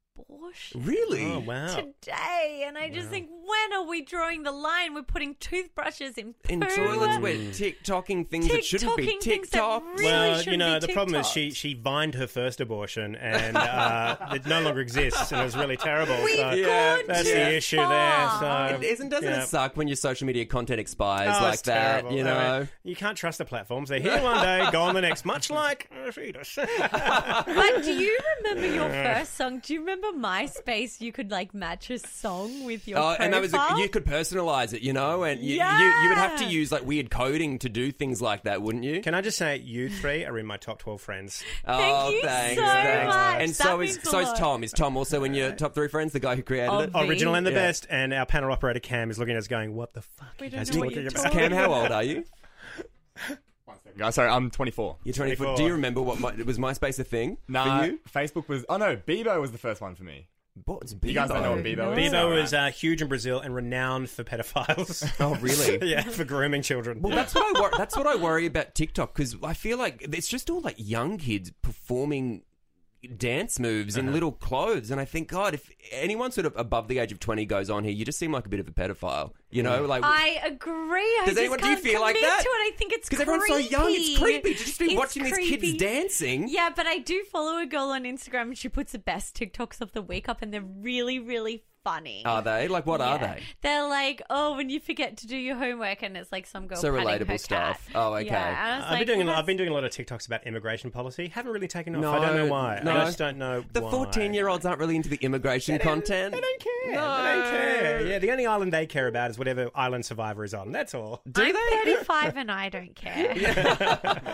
Speaker 11: Really?
Speaker 12: Oh, wow.
Speaker 10: Today, and I just think, when are we drawing the line? We're putting toothbrushes in,
Speaker 11: in
Speaker 10: poo.
Speaker 11: toilets, we're TikToking things that shouldn't be
Speaker 10: TikToking things that
Speaker 11: TikTok.
Speaker 10: really
Speaker 12: well, you
Speaker 10: shouldn't
Speaker 12: know,
Speaker 10: be
Speaker 12: the problem is
Speaker 10: TikToks.
Speaker 12: she she vined her first abortion and uh, it no longer exists, and it was really terrible.
Speaker 10: We've
Speaker 12: so
Speaker 10: gone
Speaker 12: that's
Speaker 10: too
Speaker 12: the issue there. So
Speaker 11: It isn't, doesn't
Speaker 12: yeah.
Speaker 11: it suck when your social media content expires
Speaker 12: Oh,
Speaker 11: like
Speaker 12: it's
Speaker 11: that?
Speaker 12: terrible.
Speaker 11: You
Speaker 12: I
Speaker 11: know,
Speaker 12: mean, you can't trust the platforms. They're here one day, gone the next. Much like uh, fetus.
Speaker 10: But do you remember your first song? Do you remember MySpace? You could like match a song with your
Speaker 11: Oh,
Speaker 10: profile.
Speaker 11: and that was you could personalize it, you know, and you, you, you would have to
Speaker 10: Yeah.
Speaker 11: use like weird coding to do things like that, wouldn't you?
Speaker 12: Can I just say, you three are in my top twelve friends.
Speaker 11: oh,
Speaker 10: you
Speaker 11: thanks,
Speaker 10: so
Speaker 11: thanks.
Speaker 10: much.
Speaker 11: And
Speaker 10: That
Speaker 11: so is
Speaker 10: means a
Speaker 11: so is
Speaker 10: lot. Oh,
Speaker 11: Tom. Is Tom also in
Speaker 15: Uh,
Speaker 11: your top three friends? The guy who created it,
Speaker 12: Original and the
Speaker 11: Yeah.
Speaker 12: best, and our panel operator Cam is looking at us going, "What the fuck?"
Speaker 10: We
Speaker 12: you
Speaker 10: don't
Speaker 12: guys
Speaker 10: know what
Speaker 12: talking
Speaker 10: you're
Speaker 12: about?"
Speaker 11: Cam, how old are you?
Speaker 15: Guys, Uh, sorry, I'm 24.
Speaker 11: You're 24. Do you remember what my, was MySpace a thing?
Speaker 15: Nah,
Speaker 11: for you?
Speaker 15: Facebook was. Oh no, Bebo was the first one for me.
Speaker 11: What's
Speaker 15: You guys don't know what Bebo is?
Speaker 12: Bebo
Speaker 15: Alright.
Speaker 12: was uh, huge in Brazil and renowned for pedophiles.
Speaker 11: Oh, really?
Speaker 12: yeah, for grooming children.
Speaker 11: Well, that's what I wor- that's what I worry about TikTok because I feel like it's just all like young kids performing dance moves
Speaker 12: Uh-huh.
Speaker 11: in little clothes, and I think God, if anyone sort of above the age of twenty goes on here, you just seem like a bit of a pedophile, you know? Like
Speaker 10: I agree. I
Speaker 11: Does
Speaker 10: just
Speaker 11: anyone- do you
Speaker 10: can't
Speaker 11: feel like
Speaker 10: commit
Speaker 11: that?
Speaker 10: To it. I think it's
Speaker 11: because everyone's so young, it's creepy to just be
Speaker 10: It's
Speaker 11: watching these
Speaker 10: creepy.
Speaker 11: kids dancing.
Speaker 10: Yeah, but I do follow a girl on Instagram, and she puts the best TikToks of the week up, and they're really, really funny.
Speaker 11: Are they like Oh, what are
Speaker 10: Yeah.
Speaker 11: they?
Speaker 10: They're like, oh, when you forget to do your homework, and it's like some girl.
Speaker 11: So
Speaker 10: patting her
Speaker 11: relatable
Speaker 10: cat.
Speaker 11: stuff. Oh, okay.
Speaker 10: Yeah, and I was
Speaker 12: I've
Speaker 10: like,
Speaker 12: been doing. a
Speaker 10: well,
Speaker 12: lot- I've been doing a lot of TikToks about immigration policy. Haven't really taken off.
Speaker 11: No,
Speaker 12: I don't know why.
Speaker 11: no.
Speaker 12: I just don't know.
Speaker 11: The
Speaker 12: why.
Speaker 11: fourteen-year-olds aren't really into the immigration content. They don't care. No.
Speaker 12: They don't care. Yeah, the only island they care about is whatever island Survivor is on. That's all.
Speaker 11: Do
Speaker 10: I'm
Speaker 11: they?
Speaker 10: 35 and I don't care.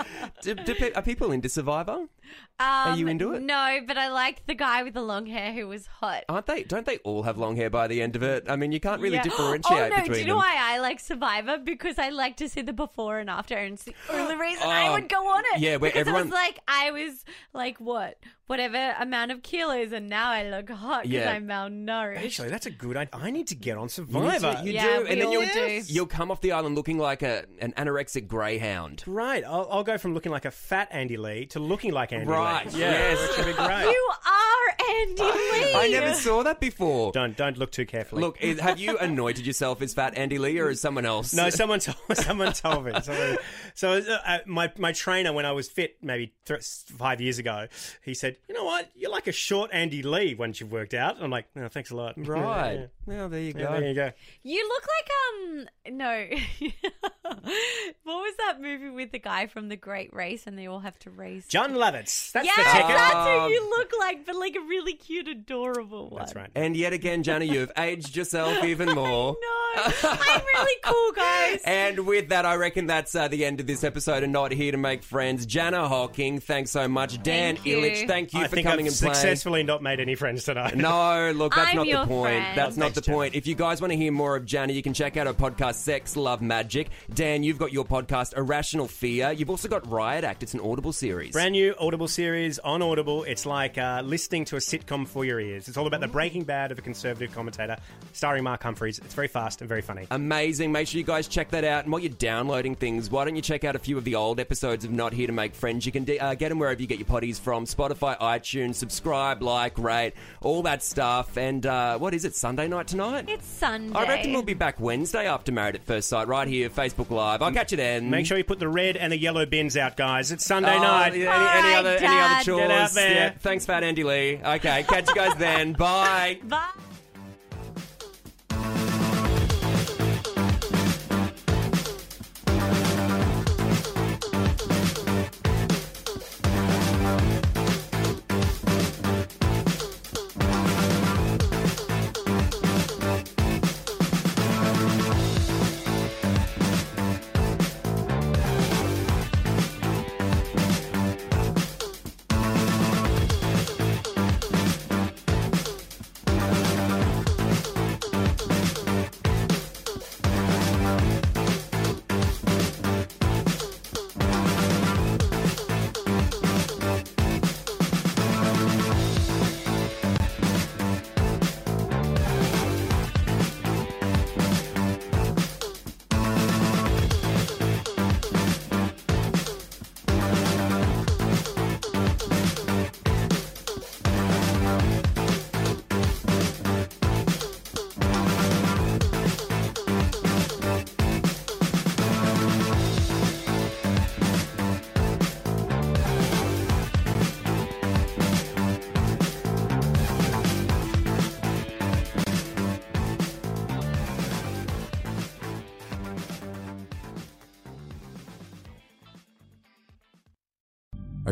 Speaker 11: Do, do, pe- are people into Survivor?
Speaker 10: Um,
Speaker 11: Are you into it?
Speaker 10: No, but I liked the guy with the long hair who was hot.
Speaker 11: Aren't they? Don't they all have long hair by the end of it? I mean, you can't really
Speaker 10: Yeah.
Speaker 11: differentiate
Speaker 10: Oh no!
Speaker 11: between
Speaker 10: Do you
Speaker 11: them.
Speaker 10: know why I like Survivor? Because I like to see the before and after, and it's the only reason I
Speaker 11: Oh,
Speaker 10: would go on it.
Speaker 11: yeah, where
Speaker 10: because it
Speaker 11: everyone-
Speaker 10: was like I was like what, whatever amount of kilos, and now I look hot because
Speaker 11: Yeah.
Speaker 10: I'm malnourished.
Speaker 12: Actually, that's a good. idea. I need to get on
Speaker 11: You need
Speaker 12: Survivor.
Speaker 11: to- You
Speaker 10: Yeah,
Speaker 11: do,
Speaker 10: we
Speaker 11: and then
Speaker 10: all
Speaker 11: you'll
Speaker 10: do.
Speaker 11: you'll come off the island looking like a an anorexic greyhound.
Speaker 12: Right, I'll, I'll go from looking like a fat Andy Lee to looking like Andy
Speaker 11: Right,
Speaker 12: Lee.
Speaker 11: yes.
Speaker 12: which would be great.
Speaker 10: You are Andy Lee.
Speaker 11: I never saw that before.
Speaker 12: Don't don't look too carefully.
Speaker 11: Look, is, have you anointed yourself as Fat Andy Lee or as someone else?
Speaker 12: No, someone told someone told me. Someone- so uh, uh, my my trainer, when I was fit, maybe th- five years ago, he said, "You know what? You're like a short Andy Lee once you've worked out." And I'm like, "No, thanks a lot."
Speaker 11: Right.
Speaker 12: Yeah.
Speaker 11: Well, there you
Speaker 12: Yeah,
Speaker 11: go.
Speaker 12: there you go.
Speaker 10: You look like um no. what was that movie with the guy from The Great Race and they all have to race?
Speaker 12: John Lovitz. That's
Speaker 10: yes,
Speaker 12: the ticket.
Speaker 10: that's who you look like, but like a really cute, adorable one. Um, That's right.
Speaker 11: And yet again, Johnny, you have aged yourself even more.
Speaker 10: I'm really cool, guys.
Speaker 11: And with that, I reckon that's uh, the end of this episode. And not here to make friends, Jana Hawking. Thanks so much, Dan
Speaker 12: you.
Speaker 11: Illich. Thank you
Speaker 12: I
Speaker 11: for
Speaker 12: think
Speaker 11: coming
Speaker 12: I've
Speaker 11: and playing.
Speaker 12: successfully not made any friends tonight.
Speaker 11: No, look, that's
Speaker 12: I'm
Speaker 11: not
Speaker 12: your
Speaker 11: the point.
Speaker 12: friend.
Speaker 11: That's not
Speaker 12: Thanks,
Speaker 11: the point. If you guys want to hear more of Jana, you can check out her podcast, Sex, Love, Magic. Dan, you've got your podcast, Irrational Fear. You've also got Riot Act. It's an Audible series.
Speaker 12: Brand new Audible series on Audible. It's like uh, listening to a sitcom for your ears. It's all about the Breaking Bad of a conservative commentator, starring Mark Humphreys. It's very fast and very funny.
Speaker 11: Amazing. Make sure you guys check that out. And while you're downloading things, why don't you check out a few of the old episodes of Not Here to Make Friends? You can de- uh, get them wherever you get your potties from Spotify, iTunes, subscribe, like, rate, all that stuff. And uh, what is it, Sunday night tonight?
Speaker 10: It's Sunday.
Speaker 11: I reckon we'll be back Wednesday after Married at First Sight, right here, Facebook Live. I'll catch you then.
Speaker 12: Make sure you put the red and the yellow bins out, guys. It's Sunday
Speaker 11: Oh,
Speaker 12: night.
Speaker 11: yeah, Any, any other, any other chores?
Speaker 12: Get out there.
Speaker 11: Yeah, thanks, Fat Andy Lee. Okay, catch you guys then. Bye.
Speaker 10: Bye.
Speaker 16: Thank
Speaker 13: Are